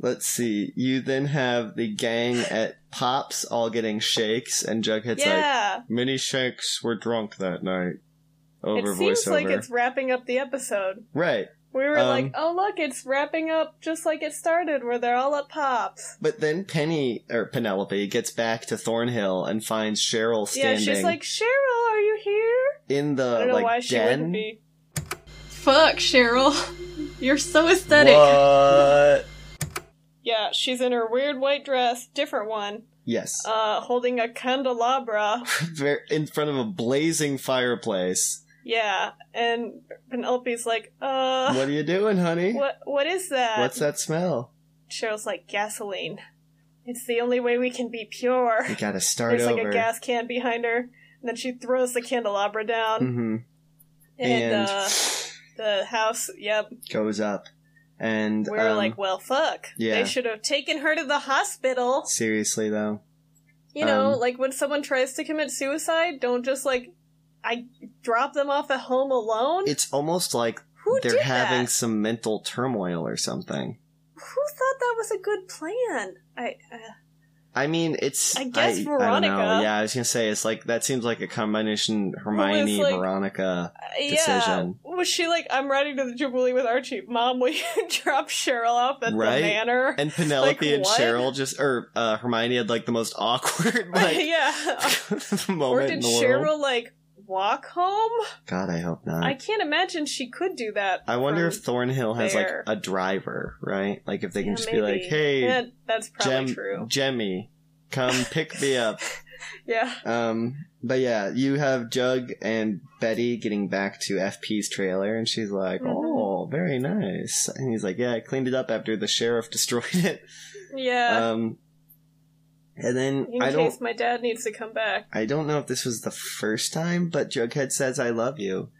Speaker 1: Let's see. You then have the gang at Pops all getting shakes, and Jughead's like,
Speaker 2: yeah.
Speaker 1: "Many shakes were drunk that night."
Speaker 2: it
Speaker 1: Over
Speaker 2: seems
Speaker 1: voiceover,
Speaker 2: like it's wrapping up the episode.
Speaker 1: right?
Speaker 2: We were
Speaker 1: Um,
Speaker 2: like, oh, look, it's wrapping up just like it started, where they're all at Pops.
Speaker 1: But then Penny or Penelope gets back to Thornhill and finds Cheryl
Speaker 2: Yeah,
Speaker 1: standing
Speaker 2: she's like, Cheryl, are you here?
Speaker 1: in the
Speaker 2: I don't know
Speaker 1: like
Speaker 2: why she
Speaker 1: den.
Speaker 2: wouldn't be. Fuck, Cheryl. You're so aesthetic.
Speaker 1: what?
Speaker 2: Yeah, she's in her weird white dress, different one,
Speaker 1: Yes,
Speaker 2: uh, holding a candelabra.
Speaker 1: Ver- in front of a blazing fireplace.
Speaker 2: Yeah, and Penelope's like, uh,
Speaker 1: what are you doing, honey?
Speaker 2: what, what is that?
Speaker 1: What's that smell?
Speaker 2: Cheryl's like, gasoline. It's the only way we can be pure.
Speaker 1: You gotta start
Speaker 2: There's like
Speaker 1: over.
Speaker 2: a gas can behind her, and then she throws the candelabra down,
Speaker 1: hmm
Speaker 2: and,
Speaker 1: and
Speaker 2: uh, the house, yep,
Speaker 1: goes up. And
Speaker 2: We were
Speaker 1: um,
Speaker 2: like, well, fuck.
Speaker 1: yeah.
Speaker 2: They should have taken her to the hospital.
Speaker 1: seriously though,
Speaker 2: You know,
Speaker 1: Um,
Speaker 2: like when someone tries to commit suicide, don't just like I drop them off at home alone.
Speaker 1: it's almost like
Speaker 2: Who
Speaker 1: they're
Speaker 2: did
Speaker 1: having
Speaker 2: that?
Speaker 1: some mental turmoil or something.
Speaker 2: Who thought that was a good plan? I uh,
Speaker 1: I mean, it's.
Speaker 2: I guess
Speaker 1: I don't know.
Speaker 2: Veronica.
Speaker 1: Yeah, I was gonna say it's like that seems like a combination Hermione,
Speaker 2: like-
Speaker 1: Veronica.
Speaker 2: yeah.
Speaker 1: Decision.
Speaker 2: Was she like, I'm riding to the Jubilee with Archie? Mom, will you drop Cheryl off at
Speaker 1: Right?
Speaker 2: the manor?
Speaker 1: And Penelope and
Speaker 2: what?
Speaker 1: Cheryl just, or uh, Hermione had like the most awkward like
Speaker 2: yeah.
Speaker 1: moment
Speaker 2: Or did
Speaker 1: in the world.
Speaker 2: Cheryl like walk home?
Speaker 1: God, I hope not.
Speaker 2: I
Speaker 1: I,
Speaker 2: can't imagine she could do that.
Speaker 1: wonder
Speaker 2: from-
Speaker 1: if Thornhill has
Speaker 2: there.
Speaker 1: like a driver, right? Like if they
Speaker 2: Yeah,
Speaker 1: can just be
Speaker 2: maybe.
Speaker 1: like, "Hey,
Speaker 2: Yeah, that's probably
Speaker 1: Jem-
Speaker 2: true.
Speaker 1: Jemmy, come pick me up."
Speaker 2: Yeah.
Speaker 1: Um, but yeah, you have Jug and Betty getting back to FP's trailer, and she's like,
Speaker 2: Mhm.
Speaker 1: "Oh, very nice." And he's like, "Yeah, I cleaned it up after the sheriff destroyed it."
Speaker 2: Yeah.
Speaker 1: Um, and then
Speaker 2: in
Speaker 1: Uh, I don't,
Speaker 2: case my dad needs to come back.
Speaker 1: I don't know if this was the first time, but Jughead says, "I love you."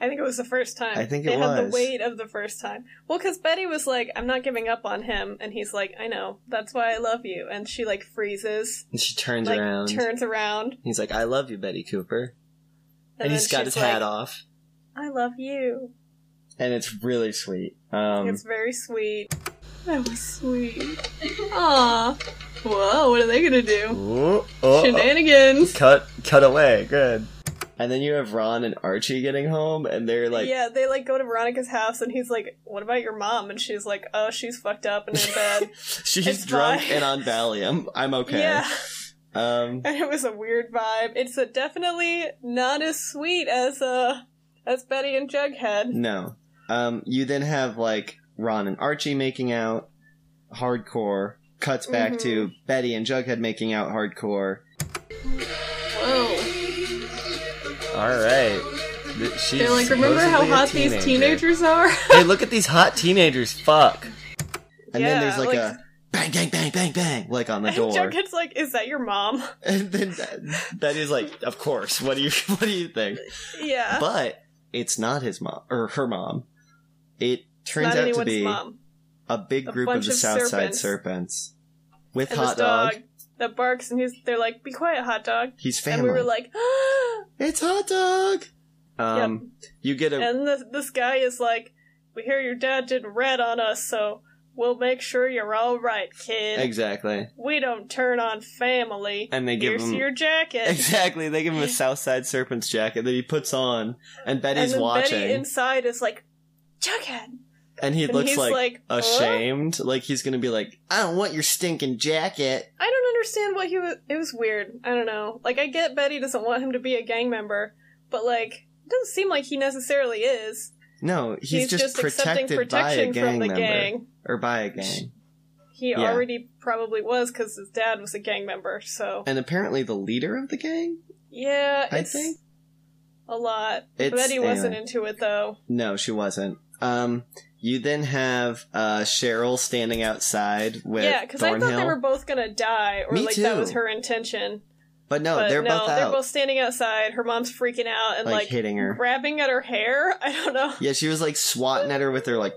Speaker 2: I think it was the first time.
Speaker 1: I think it
Speaker 2: they had the
Speaker 1: was.
Speaker 2: weight of the first time. Well, because Betty was like, "I'm not giving up on him," and he's like, "I know. That's why I love you." And she like freezes,
Speaker 1: And she turns
Speaker 2: like
Speaker 1: around.
Speaker 2: turns around,
Speaker 1: He's like, "I love you, Betty Cooper," and,
Speaker 2: and,
Speaker 1: he's got his hat
Speaker 2: on.
Speaker 1: off,
Speaker 2: I love you.
Speaker 1: and it's really sweet. Um,
Speaker 2: it's very sweet. That was sweet. Aw. Whoa. What are they gonna do?
Speaker 4: Ooh, oh, oh.
Speaker 2: Shenanigans.
Speaker 4: Cut, cut away. Good.
Speaker 1: and then you have Ron and Archie getting home, and they're like,
Speaker 2: yeah, they like go to Veronica's house, and he's like, "What about your mom?" And she's like, "Oh, she's fucked up and in bed."
Speaker 1: She's
Speaker 2: It's
Speaker 1: drunk
Speaker 2: fine.
Speaker 1: and on Valium. I'm okay.
Speaker 2: Yeah.
Speaker 1: Um,
Speaker 2: and it was a weird vibe. It's uh definitely not as sweet as uh as Betty and Jughead.
Speaker 1: no. Um, you then have like Ron and Archie making out hardcore. Cuts back
Speaker 2: Mm-hmm.
Speaker 1: to Betty and Jughead making out hardcore.
Speaker 2: Whoa!
Speaker 4: All right. Th- She's
Speaker 2: They're like, remember how
Speaker 4: supposedly a
Speaker 2: hot
Speaker 4: teenager.
Speaker 2: these teenagers are?
Speaker 4: hey, look at these hot teenagers. Fuck.
Speaker 1: And
Speaker 2: Yeah,
Speaker 1: then there's like,
Speaker 2: like-
Speaker 1: a bang, bang, bang, bang, bang, like on the
Speaker 2: and
Speaker 1: door.
Speaker 2: Jughead's like, "Is that your mom?"
Speaker 1: And then that, that is like, of course. What do you What do you think?
Speaker 2: yeah,
Speaker 1: But it's not his mom or her mom. It
Speaker 2: not
Speaker 1: turns out to
Speaker 2: anyone's
Speaker 1: be
Speaker 2: mom.
Speaker 1: a big
Speaker 2: A
Speaker 1: group of
Speaker 2: bunch
Speaker 1: the
Speaker 2: of
Speaker 1: Southside
Speaker 2: serpents.
Speaker 1: serpents with
Speaker 2: And
Speaker 1: hot
Speaker 2: this dog,
Speaker 1: dog.
Speaker 2: that barks, and he's they're like, "Be quiet, hot dog."
Speaker 1: He's family.
Speaker 2: And we were like,
Speaker 1: It's hot dog. Um, you get a
Speaker 2: and this this guy is like, "We hear your dad did red on us, so we'll make sure you're all right, kid.
Speaker 1: exactly,
Speaker 2: we don't turn on family."
Speaker 1: and they give
Speaker 2: Here's
Speaker 1: him
Speaker 2: your jacket.
Speaker 1: exactly. They give him a Southside Serpents jacket that he puts on, and Betty's
Speaker 2: and then
Speaker 1: watching,
Speaker 2: Betty inside is like, Jughead.
Speaker 1: and he
Speaker 2: and
Speaker 1: looks
Speaker 2: he's
Speaker 1: like,
Speaker 2: like, "Huh?"
Speaker 1: ashamed, like he's gonna be like, "I don't want your stinking jacket."
Speaker 2: I don't understand what he was. It was weird. I don't know. Like, I get Betty doesn't want him to be a gang member, but like, it doesn't seem like he necessarily is.
Speaker 1: No, he's,
Speaker 2: He's,
Speaker 1: just,
Speaker 2: just, accepting
Speaker 1: protected by a
Speaker 2: protection
Speaker 1: gang
Speaker 2: from the
Speaker 1: member
Speaker 2: gang.
Speaker 1: or by a gang,
Speaker 2: He
Speaker 1: Yeah.
Speaker 2: already probably was because his dad was a gang member. So
Speaker 1: and apparently the leader of the gang.
Speaker 2: yeah,
Speaker 1: I
Speaker 2: it's
Speaker 1: think-
Speaker 2: a lot.
Speaker 1: It's-
Speaker 2: Betty wasn't
Speaker 1: anyway.
Speaker 2: into it though.
Speaker 1: No, she wasn't. Um, you then have uh Cheryl standing outside with
Speaker 2: yeah, because I
Speaker 1: Thornhill,
Speaker 2: thought they were both gonna die, or
Speaker 1: Me
Speaker 2: like that
Speaker 1: too.
Speaker 2: was her intention.
Speaker 1: but no,
Speaker 2: but
Speaker 1: they're
Speaker 2: no,
Speaker 1: both
Speaker 2: they're
Speaker 1: out.
Speaker 2: both standing outside. Her mom's freaking out and
Speaker 1: like,
Speaker 2: like,
Speaker 1: hitting her.
Speaker 2: grabbing at her hair. I don't know.
Speaker 1: Yeah, she was like swatting at her with her like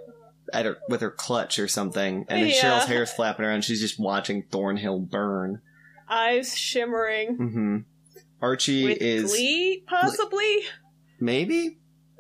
Speaker 1: at her with her clutch or something, and then
Speaker 2: Yeah.
Speaker 1: Cheryl's hair's flapping around. She's just watching Thornhill burn.
Speaker 2: Eyes shimmering
Speaker 1: hmm Archie
Speaker 2: with
Speaker 1: is
Speaker 2: glee, possibly.
Speaker 1: maybe.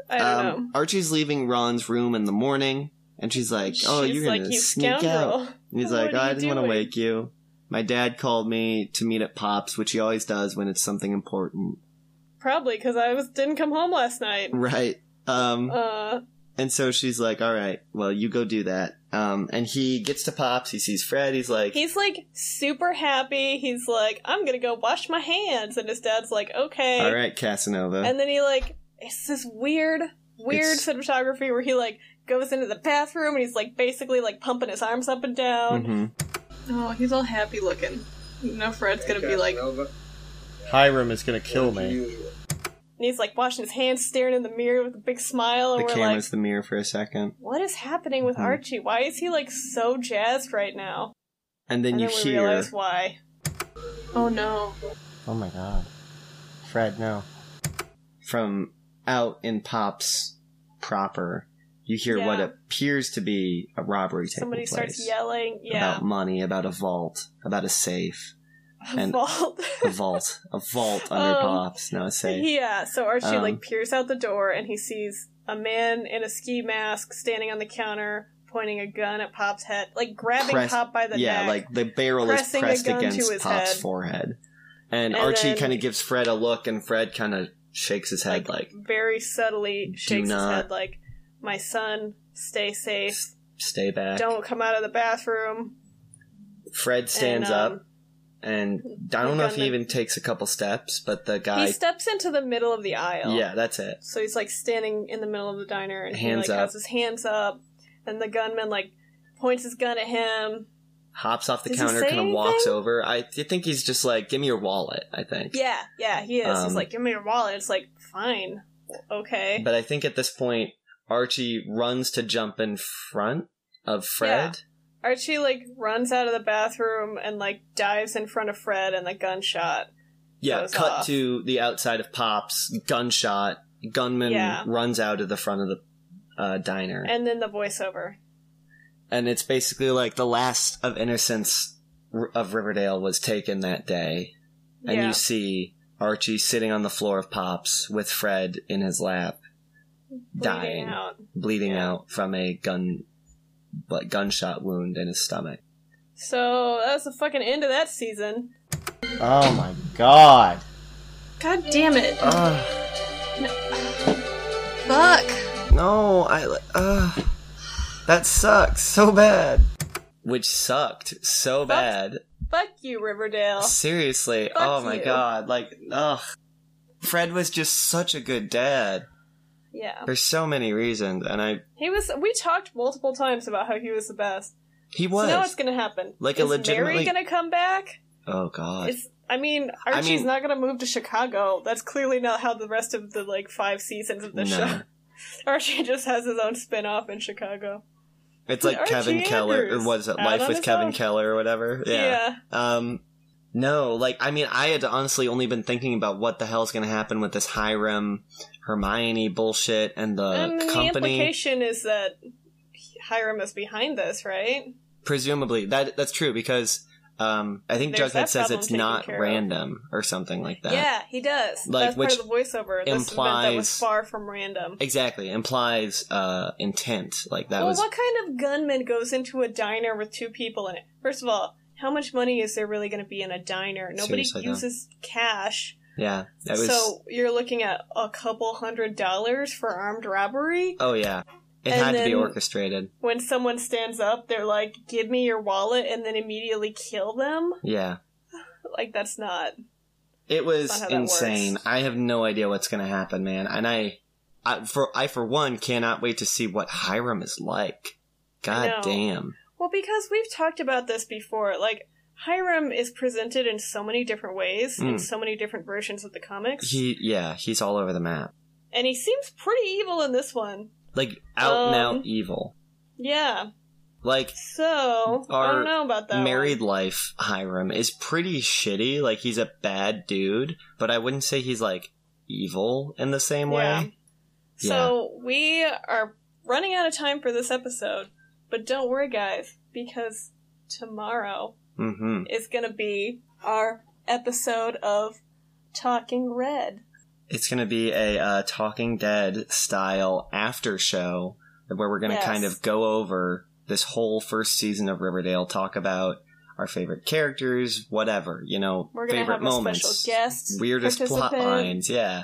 Speaker 2: I
Speaker 1: um,
Speaker 2: don't know.
Speaker 1: Archie's leaving Ron's room in the morning, and she's like, "Oh,
Speaker 2: She's
Speaker 1: you're
Speaker 2: like,
Speaker 1: gonna
Speaker 2: you
Speaker 1: sneak
Speaker 2: scoundrel.
Speaker 1: out." And he's
Speaker 2: What
Speaker 1: like,
Speaker 2: are
Speaker 1: "Oh, "I
Speaker 2: you
Speaker 1: just want to
Speaker 2: doing?"
Speaker 1: wake you." My dad called me to meet at Pops, which he always does when it's something important,
Speaker 2: Probably because I was didn't come home last night.
Speaker 1: right? Um,
Speaker 2: Uh,
Speaker 1: And so she's like, "All right, well, you go do that." Um, and he gets to Pops. He sees Fred. He's like,
Speaker 2: he's like super happy. He's like, I'm gonna go wash my hands, and his dad's like, okay.
Speaker 1: "All right, Casanova."
Speaker 2: And then he like, it's this weird, weird
Speaker 1: It's-
Speaker 2: cinematography where he like goes into the bathroom and he's like basically like pumping his arms up and down.
Speaker 1: Mhm.
Speaker 2: Oh, he's all happy looking. No, Fred's gonna be like, and
Speaker 3: Casanova,
Speaker 4: Hiram is gonna kill
Speaker 3: as
Speaker 4: me.
Speaker 3: usual.
Speaker 2: he's like washing his hands, staring in the mirror with a big
Speaker 1: The
Speaker 2: smile, and we're like,
Speaker 1: camera's the mirror for a second,
Speaker 2: what is happening with
Speaker 1: Mhm.
Speaker 2: Archie? Why is he like so jazzed right now?
Speaker 1: and then
Speaker 2: And,
Speaker 1: you
Speaker 2: then we
Speaker 1: hear
Speaker 2: realize why. Oh no!
Speaker 4: Oh my god. Fred, no.
Speaker 1: from out in Pop's proper, You hear what
Speaker 2: Yeah.
Speaker 1: appears to be a robbery taking
Speaker 2: Somebody
Speaker 1: place.
Speaker 2: starts yelling. Yeah.
Speaker 1: About money, about a vault, about a safe. and-
Speaker 2: Vault.
Speaker 1: A vault. a vault under
Speaker 2: Um,
Speaker 1: Pops, not a safe.
Speaker 2: yeah. So Archie
Speaker 1: Um,
Speaker 2: like peers out the door and he sees a man in a ski mask standing on the counter, pointing a gun at Pop's head, like grabbing
Speaker 1: Press-
Speaker 2: Pop by the
Speaker 1: yeah,
Speaker 2: neck.
Speaker 1: like the barrel is
Speaker 2: pressing a
Speaker 1: pressed
Speaker 2: gun to
Speaker 1: against
Speaker 2: his
Speaker 1: Pop's
Speaker 2: head.
Speaker 1: forehead. And,
Speaker 2: And
Speaker 1: Archie
Speaker 2: then-
Speaker 1: kind of gives Fred a look, and Fred kind of shakes his head like,
Speaker 2: very subtly shakes his
Speaker 1: not-
Speaker 2: head, like, "My son, stay safe.
Speaker 1: stay back.
Speaker 2: Don't come out of the bathroom."
Speaker 1: Fred stands
Speaker 2: And, um,
Speaker 1: up, and I don't know if he
Speaker 2: gunman-
Speaker 1: even takes a couple steps, but the
Speaker 2: He
Speaker 1: guy.
Speaker 2: steps into the middle of the aisle.
Speaker 1: Yeah, that's it.
Speaker 2: So he's like standing in the middle of the diner and
Speaker 1: Hands
Speaker 2: he like
Speaker 1: up.
Speaker 2: has his hands up and the gunman like points his gun at him.
Speaker 1: Hops off the
Speaker 2: Does he
Speaker 1: counter,
Speaker 2: say
Speaker 1: kind of walks
Speaker 2: anything?
Speaker 1: over. I th- think he's just like, give me your wallet, I think.
Speaker 2: Yeah, yeah, he is.
Speaker 1: Um,
Speaker 2: he's like, Give me your wallet. It's like, fine. Okay.
Speaker 1: But I think at this point, Archie runs to jump in front of Fred.
Speaker 2: Archie like runs out of the bathroom and like dives in front of Fred and the gunshot.
Speaker 1: Yeah,
Speaker 2: Goes
Speaker 1: cut
Speaker 2: off.
Speaker 1: to the outside of Pop's gunshot. Gunman
Speaker 2: Yeah.
Speaker 1: runs out of the front of the uh, diner. And,
Speaker 2: And then the voiceover.
Speaker 1: it's basically like the last of Innocence R- of Riverdale was taken that day. And
Speaker 2: yeah.
Speaker 1: you see Archie sitting on the floor of Pop's with Fred in his lap,
Speaker 2: bleeding
Speaker 1: dying.
Speaker 2: out.
Speaker 1: bleeding
Speaker 2: Yeah.
Speaker 1: out from a gun, but gunshot wound in his stomach.
Speaker 2: So that's the fucking end of that season.
Speaker 4: Oh my god.
Speaker 2: God damn it.
Speaker 4: Ugh.
Speaker 2: Fuck.
Speaker 4: no, I. Uh, that sucks so bad.
Speaker 1: Which sucked so bad.
Speaker 2: Fuck you, Riverdale.
Speaker 1: Seriously.
Speaker 2: Fuck
Speaker 1: oh my
Speaker 2: you.
Speaker 1: god. Like, ugh. Fred was just such a good dad
Speaker 2: Yeah.
Speaker 1: for so many reasons, and I
Speaker 2: He was. We talked multiple times about how he was the best.
Speaker 1: he
Speaker 2: So
Speaker 1: was.
Speaker 2: now what's gonna happen?
Speaker 1: Like a
Speaker 2: is
Speaker 1: legitimately-
Speaker 2: Mary gonna come back?
Speaker 1: oh god.
Speaker 2: Is I mean,
Speaker 1: I
Speaker 2: Archie's
Speaker 1: mean-
Speaker 2: not gonna move to Chicago. That's clearly not how the rest of the like five seasons of the
Speaker 1: No.
Speaker 2: show. Archie just has his own spin off in Chicago.
Speaker 1: It's like
Speaker 2: Archie
Speaker 1: Kevin Keller, or
Speaker 2: Andrews
Speaker 1: was it
Speaker 2: out
Speaker 1: Life
Speaker 2: on
Speaker 1: with
Speaker 2: his
Speaker 1: Kevin
Speaker 2: own.
Speaker 1: Keller or whatever? Um, no, like I mean, I had honestly only been thinking about what the hell's going to happen with this Hiram Hermione bullshit and the
Speaker 2: and the
Speaker 1: company.
Speaker 2: implication is that Hiram is behind this, right?
Speaker 1: Presumably, that that's true because um, I think
Speaker 2: There's
Speaker 1: Jughead
Speaker 2: that
Speaker 1: says
Speaker 2: problem
Speaker 1: it's
Speaker 2: taken
Speaker 1: not
Speaker 2: care of.
Speaker 1: random or something like that.
Speaker 2: yeah, he does.
Speaker 1: Like,
Speaker 2: That's
Speaker 1: which
Speaker 2: part of the voiceover. This event that
Speaker 1: implies-
Speaker 2: was far from random.
Speaker 1: exactly implies uh, intent. Like that
Speaker 2: well,
Speaker 1: was
Speaker 2: what kind of gunman goes into a diner with two people in it? First of all, how much money is there really going to be in a diner? Nobody
Speaker 1: Seriously, though.
Speaker 2: uses cash,
Speaker 1: yeah. That was
Speaker 2: so you're looking at a couple hundred dollars for armed robbery.
Speaker 1: oh yeah. It
Speaker 2: And
Speaker 1: had to be
Speaker 2: then-
Speaker 1: orchestrated.
Speaker 2: When someone stands up, they're like, "Give me your wallet," and then immediately kill them.
Speaker 1: Yeah.
Speaker 2: Like that's not.
Speaker 1: It was
Speaker 2: That's not how that
Speaker 1: insane.
Speaker 2: works.
Speaker 1: I have no idea what's going to happen, man. And I, I for I for one cannot wait to see what Hiram is like. God
Speaker 2: know.
Speaker 1: damn.
Speaker 2: Well, because we've talked about this before, like Hiram is presented in so many different ways in
Speaker 1: Mm.
Speaker 2: so many different versions of the comics,
Speaker 1: He yeah, he's all over the map.
Speaker 2: and he seems pretty evil in this one.
Speaker 1: Like out and
Speaker 2: Um,
Speaker 1: out evil.
Speaker 2: Yeah.
Speaker 1: Like
Speaker 2: So I
Speaker 1: Our
Speaker 2: don't know about that.
Speaker 1: married
Speaker 2: one.
Speaker 1: life Hiram is pretty shitty. Like he's a bad dude, but I wouldn't say he's like evil in the same way.
Speaker 2: So we are running out of time for this episode, but don't worry, guys, because tomorrow
Speaker 1: Mhm.
Speaker 2: is going to be our episode of Talking Red.
Speaker 1: It's going to be a uh, Talking Dead style after show where we're going to
Speaker 2: Yes.
Speaker 1: kind of go over this whole first season of Riverdale, talk about our favorite characters, whatever, you know,
Speaker 2: We're going to
Speaker 1: favorite
Speaker 2: have a
Speaker 1: moments,
Speaker 2: special guest,
Speaker 1: weirdest plot
Speaker 2: participant.
Speaker 1: lines. Yeah.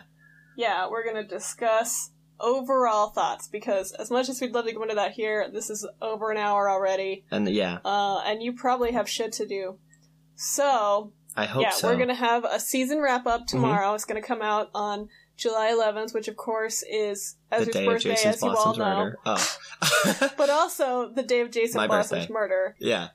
Speaker 2: Yeah, we're going to discuss overall thoughts because as much as we'd love to go into that here, this is over an hour already,
Speaker 1: And yeah,
Speaker 2: uh, and you probably have shit to do. So
Speaker 1: I hope
Speaker 2: yeah,
Speaker 1: so. Mm-hmm.
Speaker 2: we're gonna have a season wrap up tomorrow. It's gonna come out on July 11th, which of course is
Speaker 1: the
Speaker 2: Ezra's
Speaker 1: day of
Speaker 2: birthday,
Speaker 1: Jason's
Speaker 2: as you all
Speaker 1: Blossom's
Speaker 2: know,
Speaker 1: murder. Oh.
Speaker 2: but also the day of Jason
Speaker 1: My
Speaker 2: Blossom's
Speaker 1: birthday.
Speaker 2: murder,
Speaker 1: yeah.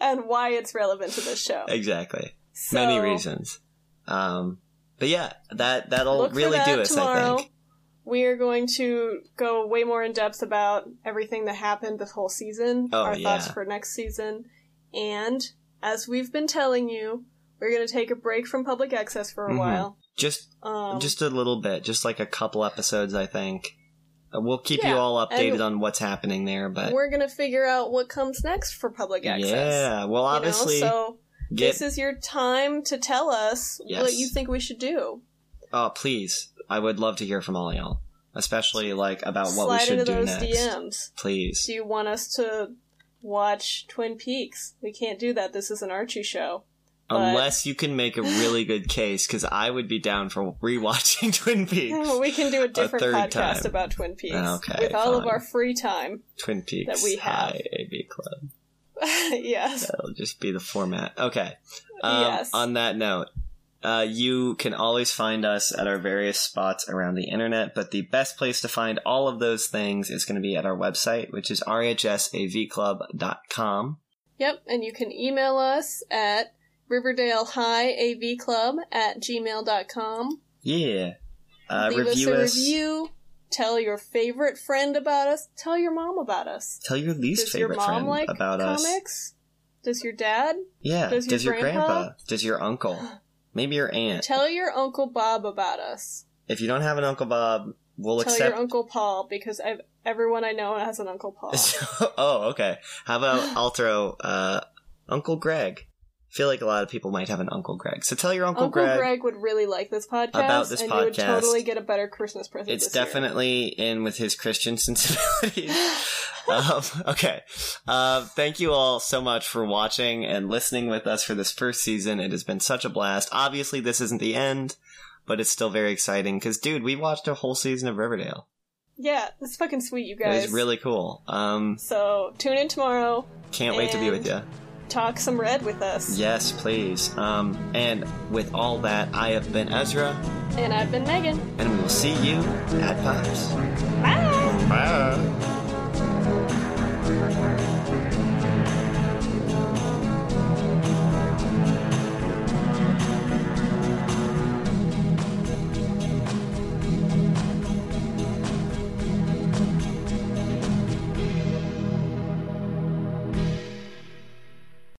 Speaker 2: and why it's relevant to this show.
Speaker 1: exactly.
Speaker 2: So,
Speaker 1: Many reasons. Um, but yeah, that that'll
Speaker 2: Look for
Speaker 1: really
Speaker 2: that
Speaker 1: do us, I
Speaker 2: tomorrow.
Speaker 1: think.
Speaker 2: We are going to go way more in depth about everything that happened this whole season,
Speaker 1: Oh,
Speaker 2: our
Speaker 1: yeah.
Speaker 2: thoughts for next season, and as we've been telling you, we're gonna take a break from public access for a
Speaker 1: Mhm.
Speaker 2: while.
Speaker 1: Just
Speaker 2: Um,
Speaker 1: just a little bit, just like a couple episodes, I think. Uh, We'll keep you
Speaker 2: Yeah,
Speaker 1: all
Speaker 2: and-
Speaker 1: updated on what's happening there, but
Speaker 2: We're gonna figure out what comes next for public access.
Speaker 1: yeah, well,
Speaker 2: You know,
Speaker 1: obviously,
Speaker 2: so
Speaker 1: get
Speaker 2: this is your time to tell us what
Speaker 1: Yes.
Speaker 2: you think we should do.
Speaker 1: oh please, I would love to hear from all y'all, especially like about Uh, what we
Speaker 2: Slide
Speaker 1: should
Speaker 2: into
Speaker 1: do
Speaker 2: those
Speaker 1: next.
Speaker 2: DMs.
Speaker 1: Please,
Speaker 2: Do you want us to watch Twin Peaks? We can't do that. This is an Archie show. but-
Speaker 1: unless you can make a really good case, because I would be down for rewatching Twin Peaks.
Speaker 2: we can do a different
Speaker 1: third
Speaker 2: podcast
Speaker 1: time. Ah,
Speaker 2: about Twin Peaks
Speaker 1: Okay,
Speaker 2: with all of
Speaker 1: fine.
Speaker 2: our free time.
Speaker 1: Twin Peaks
Speaker 2: we have.
Speaker 1: High AB Club.
Speaker 2: yes.
Speaker 1: That'll just be the format. Okay. Um,
Speaker 2: Yes.
Speaker 1: On that note, uh, you can always find us at our various spots around the internet, but the best place to find all of those things is going to be at our website, which is rhsavclub.com.
Speaker 2: Yep, and you can email us at Riverdale High AV Club at gmail.com.
Speaker 1: Yeah. Uh,
Speaker 2: Leave
Speaker 1: review
Speaker 2: us a
Speaker 1: us.
Speaker 2: review. Tell your favorite friend about us. Tell your mom about us.
Speaker 1: Tell your least
Speaker 2: Does your
Speaker 1: favorite
Speaker 2: mom
Speaker 1: friend
Speaker 2: like
Speaker 1: about
Speaker 2: comics?
Speaker 1: us.
Speaker 2: Does your dad?
Speaker 1: Yeah.
Speaker 2: Does your
Speaker 1: grandpa?
Speaker 2: grandpa?
Speaker 1: Does your uncle? Maybe your aunt.
Speaker 2: Tell your Uncle Bob about us.
Speaker 1: if you don't have an Uncle Bob, we'll
Speaker 2: Tell
Speaker 1: accept
Speaker 2: your Uncle Paul because I've, everyone I know has an Uncle Paul.
Speaker 1: oh, okay. How about I'll throw uh, Uncle Greg? I feel like a lot of people might have an Uncle Greg. So tell your Uncle,
Speaker 2: Uncle Greg,
Speaker 1: Greg,
Speaker 2: would really like this podcast.
Speaker 1: About this
Speaker 2: and you would
Speaker 1: podcast.
Speaker 2: totally get a better Christmas present.
Speaker 1: it's
Speaker 2: this year.
Speaker 1: definitely in with his Christian sensibilities. um, okay. Uh, thank you all so much for watching and listening with us for this first season. It has been such a blast. Obviously, this isn't the end, but it's still very exciting because, dude, we watched a whole season of Riverdale.
Speaker 2: Yeah, it's fucking sweet, you
Speaker 1: It
Speaker 2: guys.
Speaker 1: was really cool. Um,
Speaker 2: So tune in tomorrow.
Speaker 1: can't wait to be
Speaker 2: And-
Speaker 1: with you.
Speaker 2: Talk some red with us.
Speaker 1: Yes, please. Um, and with all that, I have been Ezra,
Speaker 2: And I've been Megan.
Speaker 1: and we will see you at Pops.
Speaker 2: Bye.
Speaker 1: Bye.